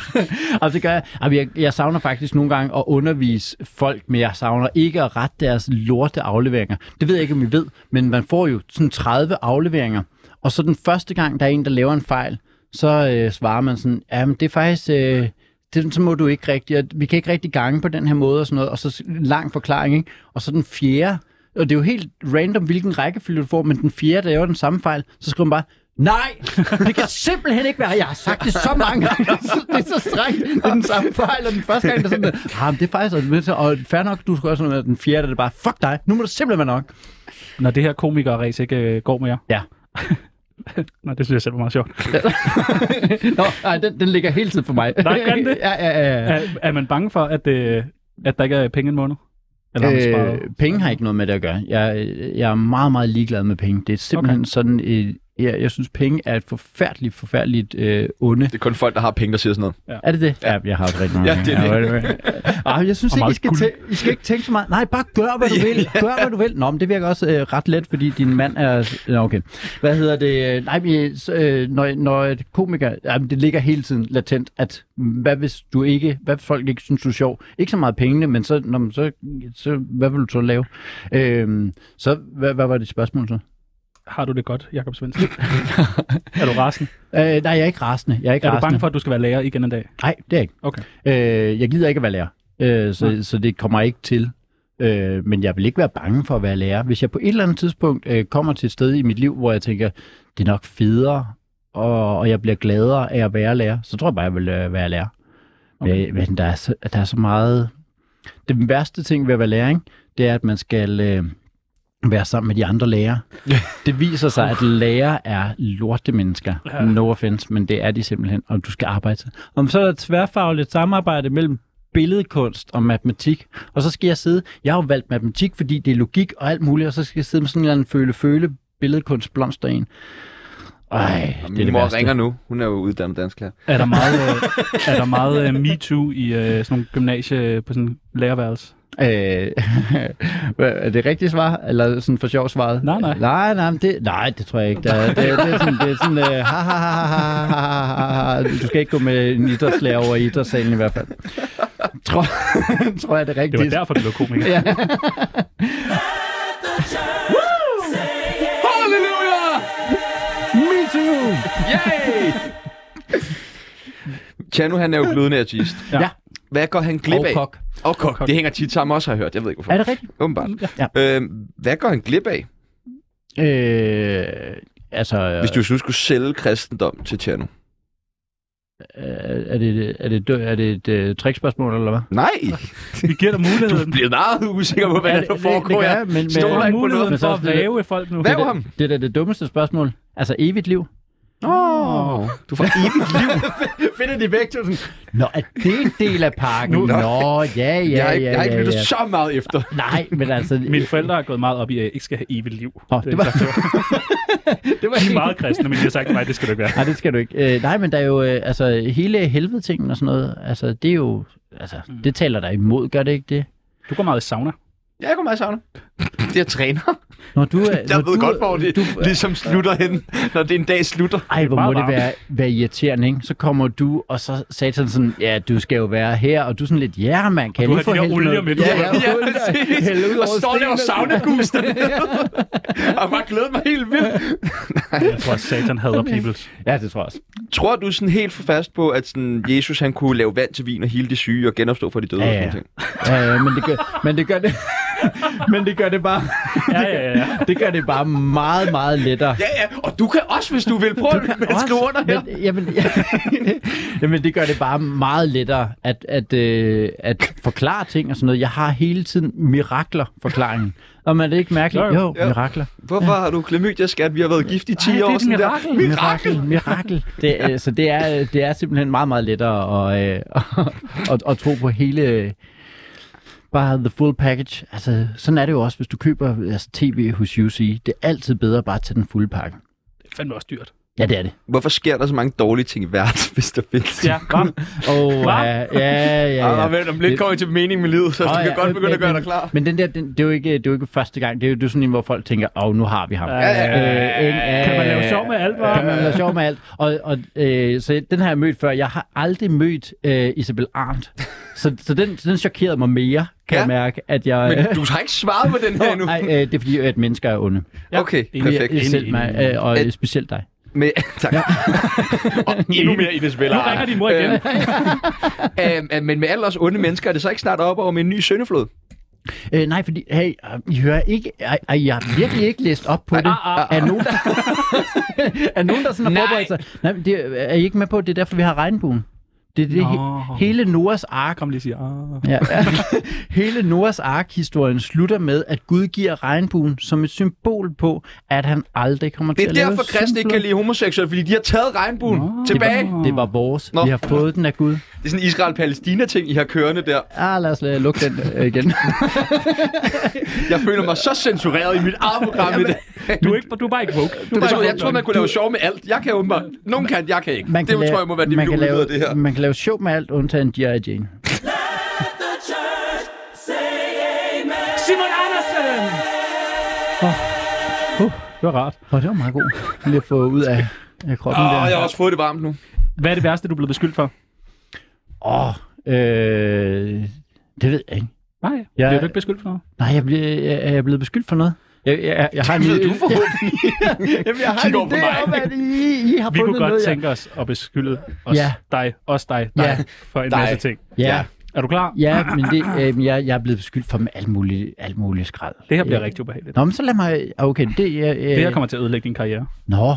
altså, det gør jeg. Altså, jeg, jeg savner faktisk nogle gange at undervise folk, men jeg savner ikke at rette deres lorte afleveringer. Det ved jeg ikke, om I ved, men man får jo sådan 30 afleveringer, og så den første gang, der er en, der laver en fejl, så øh, svarer man sådan, ja, men det er faktisk... Øh, det, så må du ikke rigtig, og vi kan ikke rigtig gange på den her måde og sådan noget, og så s- lang forklaring, ikke? Og så den fjerde, og det er jo helt random, hvilken rækkefølge du får, men den fjerde, der laver den samme fejl, så skriver man bare, nej, det kan simpelthen ikke være, jeg har sagt det så mange gange, det er så strengt, det er den samme fejl, og den første gang, der er sådan, der, ah, men det er faktisk, og, det er så- og fair nok, du skal også sådan, noget." den fjerde, der er bare, fuck dig, nu må du simpelthen være nok.
Når det her komiker-race ikke øh, går mere.
Ja.
Nej, det synes jeg selv var meget sjovt.
Nå, nej, den, den ligger hele tiden for mig.
Nej, gør den det?
ja, ja, ja. ja.
Er, er man bange for, at, øh, at der ikke er penge en måned? Eller har man
Øh,
sparet?
penge har ikke noget med det at gøre. Jeg, jeg er meget, meget ligeglad med penge. Det er simpelthen okay. sådan... Øh, jeg, jeg synes, penge er et forfærdeligt, forfærdeligt øh, onde.
Det er kun folk, der har penge, der siger sådan noget.
Er det det? Ja, jeg har også rigtig
Ja, det er
det. Ah, jeg synes
Og
ikke, I
meget
skal,
guld.
tæ- I skal ikke tænke så meget. Nej, bare gør, hvad du vil. Gør, hvad du vil. Nå, men det virker også øh, ret let, fordi din mand er... Nå, okay. Hvad hedder det? Nej, men, øh, så, øh, når, når et komiker... Jamen, det ligger hele tiden latent, at hvad hvis du ikke... Hvad hvis folk ikke synes, du er sjov? Ikke så meget pengene, men så, når man så, så hvad vil du så lave? Øhm, så, hvad, hvad var det spørgsmål så?
Har du det godt, Jakob Svendsen? er du rasende?
Øh, nej, jeg er ikke rasende. Jeg er ikke
Er du
rasende.
bange for, at du skal være lærer igen en dag?
Nej, det er jeg ikke.
Okay.
Øh, jeg gider ikke at være lærer, øh, så,
Nej.
så det kommer jeg ikke til. Øh, men jeg vil ikke være bange for at være lærer. Hvis jeg på et eller andet tidspunkt øh, kommer til et sted i mit liv, hvor jeg tænker, det er nok federe, og, og jeg bliver gladere af at være lærer, så tror jeg bare, jeg vil øh, være lærer. Okay. Øh, men der er, så, der er så meget... Den værste ting ved at være lærer, ikke? det er, at man skal øh, være sammen med de andre lærere. det viser sig, at lærere er lorte mennesker.
Ja.
No offense, men det er de simpelthen, og du skal arbejde til. Om så er der tværfagligt samarbejde mellem billedkunst og matematik. Og så skal jeg sidde, jeg har jo valgt matematik, fordi det er logik og alt muligt, og så skal jeg sidde med sådan en eller anden føle-føle billedkunst blomster en. Ej, det er
Min
det
mor
værste.
ringer nu. Hun er jo uddannet dansklærer.
Er der meget, øh, er der meget øh, MeToo i øh, sådan nogle gymnasie på sådan lærerværelse?
Øh, hvad- er det rigtige svar? Eller sådan for sjov svaret?
Nej, nej.
Nej, nej, men det, nej, det tror jeg ikke. Det, det, det er sådan, det er sådan øh, ha, ha, ha, ha, ha, ha, ha, ha. Du skal ikke gå med en idrætslærer over i idrætssalen i hvert fald. Tror, tror jeg, det er
Det
rigtigt.
var derfor, du blev komiker.
Ja. Me too!
Chano, han er jo glødende artist.
Ja.
Hvad går han glip
Og
af?
kok.
Og kok. Det hænger tit sammen også, har jeg hørt. Jeg ved ikke, hvorfor.
Er det rigtigt?
Åbenbart.
Ja.
Øh, hvad går han glip af,
Øh, altså,
hvis du nu skulle sælge kristendom til Tjerno?
øh, er, det, er, det, dø- er det et øh, trickspørgsmål, eller hvad?
Nej!
Vi giver dig muligheden.
Jeg bliver meget usikker på, hvad
Ja,
der
det-
nu
det-
foregår.
det gør
her.
jeg, men- men-
Stoler
Du
ikke
har
på
muligheden
Men
noget.
så
for
er
at
det-
væve folk nu.
Væv
det-
ham!
Det er da det dummeste spørgsmål. Altså evigt liv.
Oh, du får evigt liv.
Finder de væk til sådan, Nå, er det en del af pakken? Nå, Nå ja, ja,
jeg har ikke,
ja,
jeg har ikke
ja,
lyttet
ja.
så meget efter.
Nej, men altså...
Mine forældre har gået meget op i, at jeg ikke skal have evigt liv.
Åh, det var- det var
De er meget kristne, men de har sagt til mig, at det skal du ikke være.
Nej, det skal du ikke. Øh, nej, men der er jo øh, altså, hele helvedetingen og sådan noget. Altså, det er jo... Altså, det taler der imod, gør det ikke det?
Du går meget i sauna.
Ja, jeg går meget i sauna. Det er træner.
Når du, er-
Jeg
når
ved
du,
godt, hvor det
du,
ligesom slutter hen, når det en dag slutter.
Ej, hvor
Det er
må
meget
det være, være irriterende, ikke? Så kommer du, og så sagde han sådan, ja, du skal jo være her, og du er sådan lidt, ja, man, kan jeg
Du
lige
har
få
de der
hældt
olier
noget-
med, du
Ja,
har-
ja, olier. Hælde ud
og
over
står der og
stenene.
saunagus Og bare glæder mig helt vildt.
Jeg tror, at satan hader peoples.
Ja, det tror jeg også.
Tror du sådan helt for fast på, at sådan Jesus han kunne lave vand til vin og hele de syge og genopstå fra de døde?
Ja,
og
ja.
sådan ting?
Ja, ja, men det gør, men det, gør det, men det gør det bare...
Ja, ja, ja.
Det gør det bare meget, meget lettere.
ja, ja. Og du kan også, hvis du vil. Prøv at skrive under her.
men, jamen, ja, jamen, det gør det bare meget lettere at, at, øh, at forklare ting og sådan noget. Jeg har hele tiden mirakler-forklaringen. Og man er det ikke mærkeligt?
Jo,
Jo,
jo.
jo,
Ja.
mirakler.
Hvorfor har du klamydia, skat? Vi har været gift i 10
Ej, det er
år.
et
sådan der.
mirakel.
Mirakel.
Mirakel, mirakel. Det, øh, så det er, øh, det er simpelthen meget, meget lettere at, øh, at, at tro på hele... øh, Bare the full package. Altså, sådan er det jo også, hvis du køber altså, tv hos UC. Det er altid bedre bare at tage den fulde pakke.
Det er fandme også dyrt.
Ja, det er det.
Hvorfor sker der så mange dårlige ting i verden, hvis der findes?
Ja, godt.
Åh, ja, ja, ja,
Ah,
ja.
vent, om lidt kommer jeg til mening med livet, så du
Åh,
kan
ja,
godt begynde at gøre
men-
dig klar.
Men den der, den, det, er jo ikke, det er jo ikke første gang. Det er jo det er sådan en, hvor folk tænker, åh, nu har vi ham.
Ja, ja,
Øh, en, af-
Kan man lave sjov med alt,
Kan man
var?
lave sjov med alt. Og, og øh, så den har jeg mødt før. Jeg har aldrig mødt øh, Isabel Arndt. Så, så den, så den chokerede mig mere,
Ja.
kan ja. jeg mærke, at jeg... øh,
Men du har ikke svaret på den her endnu.
Nej, øh, det er fordi, at mennesker er onde.
Okay,
enig.
perfekt.
Enig,
Selv
enig,
mig,
enig.
øh, og
At-
specielt dig.
Men, tak.
Endnu mere Øh, i det spiller.
Nu ringer din mor
Øh.
igen.
Øhm, øh, men med alle os onde mennesker, er det så ikke snart op over med en ny søndeflod?
Øh, nej, fordi, hey, øh, I hører ikke, ej, ej, jeg har virkelig ikke læst op på det. Er nogen, der, er nogen, der sådan har forberedt sig? Nej, men det, er I ikke med på, at det er derfor, vi har regnbuen? Det er det,
Nå.
he, hele Noras ark
Kom lige og sig. Ah.
Ja. Hele Noahs ark-historien slutter med, at Gud giver regnbuen som et symbol på, at han aldrig kommer
Det
til
er
at lave
derfor, kristne ikke kan
syndflod.
lide homoseksuelle, fordi de har taget regnbuen
Nå.
tilbage.
Det var, det var vores.
Nå.
Nå. Vi har fået den af Gud.
Det er sådan en Israel-Palæstina-ting, I har kørende der.
Ah, lad os lade- lukke den øh, igen.
Jeg føler mig så censureret i mit eget program i dag.
Du er, ikke, du er bare ikke woke. Du er
Jeg tror,
bare
jeg tror, man kunne lave sjov med alt. Jeg kan åbenbart. Nogen kan, jeg kan ikke.
Man
det tror jeg må være det, vi
man kan
udleder
lave,
af det her.
Man kan lave sjov med alt, undtagen G.I. Jane.
Simon Andersen! Oh. Uh, det var rart.
Åh, det var meget god. Lige at få ud af, af kroppen
Åh,
der.
jeg har også fået det varmt nu.
Hvad er det værste, du er blevet beskyldt for?
Åh, øh, det ved jeg ikke.
Nej,
Ja.
ja. bliver du ikke beskyldt for noget?
Nej, jeg, bliver, jeg, jeg er blevet beskyldt for noget. Jeg, jeg, jeg har en
Ved du
lille...
forhåbentlig?
Jamen, jeg har en
Kig over på mig.
idé om, at I, I har
Vi
fundet
kunne godt
noget, jeg-
tænke os at beskylde os,
Ja.
dig, os dig, dig
Ja.
for en
Dig.
masse ting.
Ja,
Er du klar?
ja men det, øh, jeg, jeg er blevet beskyldt for med alt muligt, alt muligt skrald.
Det her bliver
Øh,
rigtig ubehageligt.
Nå, men så lad mig... Okay, det er... Øh,
Det her kommer til at ødelægge din karriere.
Nå,
Nå,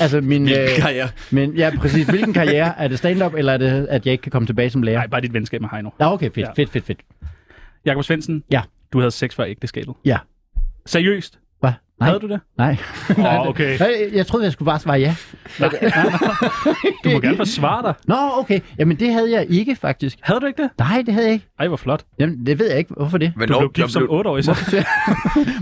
altså min...
hvilken
Øh,
karriere.
men ja, præcis. Hvilken karriere? Er det stand-up, eller er det, at jeg ikke kan komme tilbage som lærer?
Nej, bare dit venskab med Heino.
Nå, okay, fedt,
Ja.
fedt, fedt, fedt.
Jakob Svendsen,
Ja.
du havde sex før ægteskabet.
Ja.
Seriøst?
Hvad? Nej,
Havde du det?
nej.
Åh, oh, okay.
Hey, Jeg troede, jeg skulle bare svare ja.
Du må gerne forsvare dig.
Nå, okay. Jamen, det havde jeg ikke, faktisk.
Havde du ikke det?
Nej, det havde jeg ikke.
Ej, hvor flot.
Jamen, det ved jeg ikke. Hvorfor det?
Men
Du blev gift som 8-årig, så.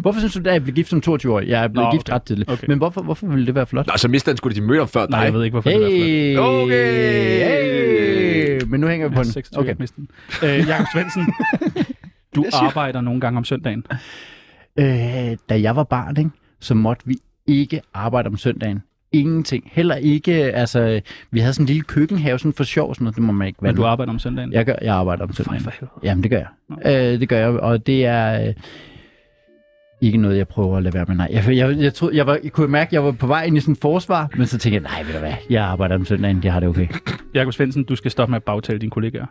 Hvorfor synes du, at jeg blev gift som 22-årig? Jeg blev
Nå,
gift
okay.
ret tidligt.
Okay.
Men hvorfor, hvorfor ville det være flot?
Nå, så mister han sgu da de møder før
Nej,
dig.
jeg ved ikke, hvorfor det var flot.
Hey.
Okay.
Hey. Men nu hænger vi på den.
26 okay. misten. Øh, Jakob Svendsen, du arbejder nogle gange om søndagen.
Øh, da jeg var barn, ikke, så måtte vi ikke arbejde om søndagen. Ingenting. Heller ikke, altså, vi havde sådan en lille køkkenhave, sådan for sjov, sådan noget, det må man ikke være.
Men du
med.
arbejder om søndagen.
jeg, gør, jeg arbejder om
Nej,
søndagen.
for helvede.
Jamen, det gør jeg. Øh, det gør jeg, og det er øh, ikke noget, jeg prøver at lade være med. Nej, jeg, jeg, jeg, troede, jeg, var, jeg kunne mærke, at jeg var på vej ind i sådan et forsvar, men så tænkte jeg, nej, ved du hvad, jeg arbejder om søndagen, jeg har det okay.
Jakob Svendsen, du skal stoppe med at bagtale dine kollegaer.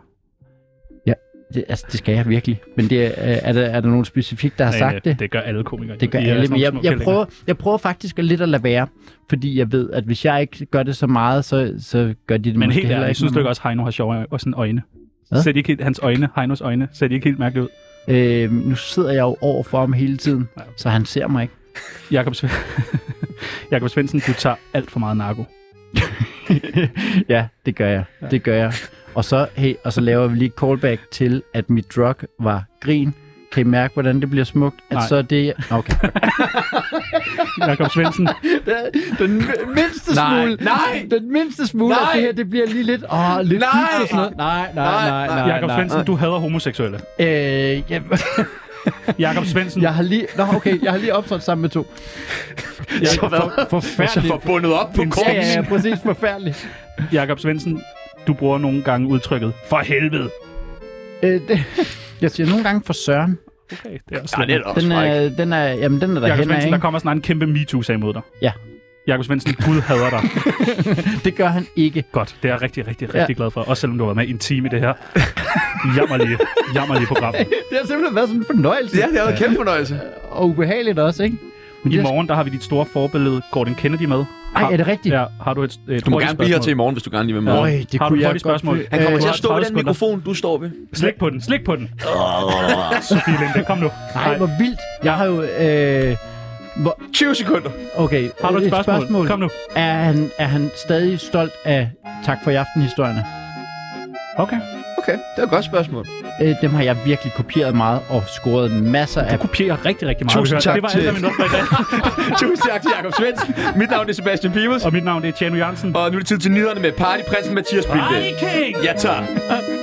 Det, altså, det skal jeg virkelig. Men det, er, er, der, er der nogen specifikt, der har
Nej,
sagt det?
Øh, Det gør alle komikere.
Det gør
De er
alle,
sådan
men jeg,
nogle små
jeg,
kællinger.
prøver, jeg prøver faktisk at lidt at lade være, fordi jeg ved, at hvis jeg ikke gør det så meget, så, så gør de det
Men
måske
helt
heller
ærligt,
ikke.
synes du
med
ikke også, Heino har sjove og sådan øjne?
Hvad?
Ser de ikke helt, hans øjne, Heinos øjne, ser de ikke helt mærkeligt ud?
mig. Øh, nu sidder jeg jo over for ham hele tiden,
Ja, okay.
så han ser mig ikke.
Jakob Svend... Jakob Svendsen, du tager alt for meget narko.
ja, det gør jeg. Det gør jeg. Og så, hey, og så laver vi lige et callback til, at mit drug var grin. Kan I mærke, hvordan det bliver smukt? At
Nej.
så er det... Okay.
Jakob Svendsen,
Den mindste smule. Nej. Den mindste smule nej. af det her, det bliver lige lidt... Åh, lidt nej. og sådan noget. Nej, nej, nej, nej.
Jakob Svendsen, du hader homoseksuelle.
Øh, jeg,
Jakob Svendsen,
jeg har lige... Nå, okay, jeg har lige optrådt sammen med to. Jeg, så hvad? Forfærdeligt.
Forbundet op på
Ja, ja,
korsen.
ja, præcis. Forfærdeligt.
Jakob Svendsen, du bruger nogle gange udtrykket, for helvede.
Øh, det, jeg siger nogle gange for Søren.
Okay, det er også
Ja, det er da også
Den
fræk.
er, den er, jamen, den er der hen
Jakob
af,
Svendsen,
ikke?
der kommer snart en kæmpe MeToo-sag mod dig.
Ja.
Jakob Svendsen, Gud hader dig.
Det gør han ikke.
Godt, det er jeg rigtig, rigtig, rigtig glad for. Også selvom du har været med i en time i det her. Jammerlige, jammerlige program.
Det har simpelthen været sådan en fornøjelse.
Ja, det har været kæmpe fornøjelse.
Og ubehageligt også, ikke? Men
I
det-
morgen, der har vi dit store forbillede, Gordon Kennedy, med.
Ej, er det rigtigt?
Ja, har du et, et
Du må gerne blive her til i morgen, hvis du gerne lige vil med.
Øj, det
har du
kunne
et
jeg
hurtigt
godt
spørgsmål?
føle-
Han kommer
Øh,
til at stå ved
30
den
sekunder.
mikrofon, du står ved.
Slik på den, slik på den. Sofie Linde, kom nu.
Ej, hvor vildt. Jeg har jo... Øh, hvor,
20 sekunder.
okay,
Har du et spørgsmål?
spørgsmål.
Kom nu.
Er han, er han stadig stolt af tak for i aften-historierne?
Okay.
Okay, det var et godt spørgsmål.
øh, dem har jeg virkelig kopieret meget og scoret masser af...
Du kopierer rigtig, rigtig meget.
Tusind
vi hører.
tak
det var alt,
til-
hvad vi nåede for i dag.
Tusind tak til Jacob Svendsen. Mit navn er Sebastian Pibels.
Og mit navn det er Tjerno Jørgensen.
Og nu er det tid til nyhederne med Partyprinsen Mathias Bilde.
Party King!
Ja, tak.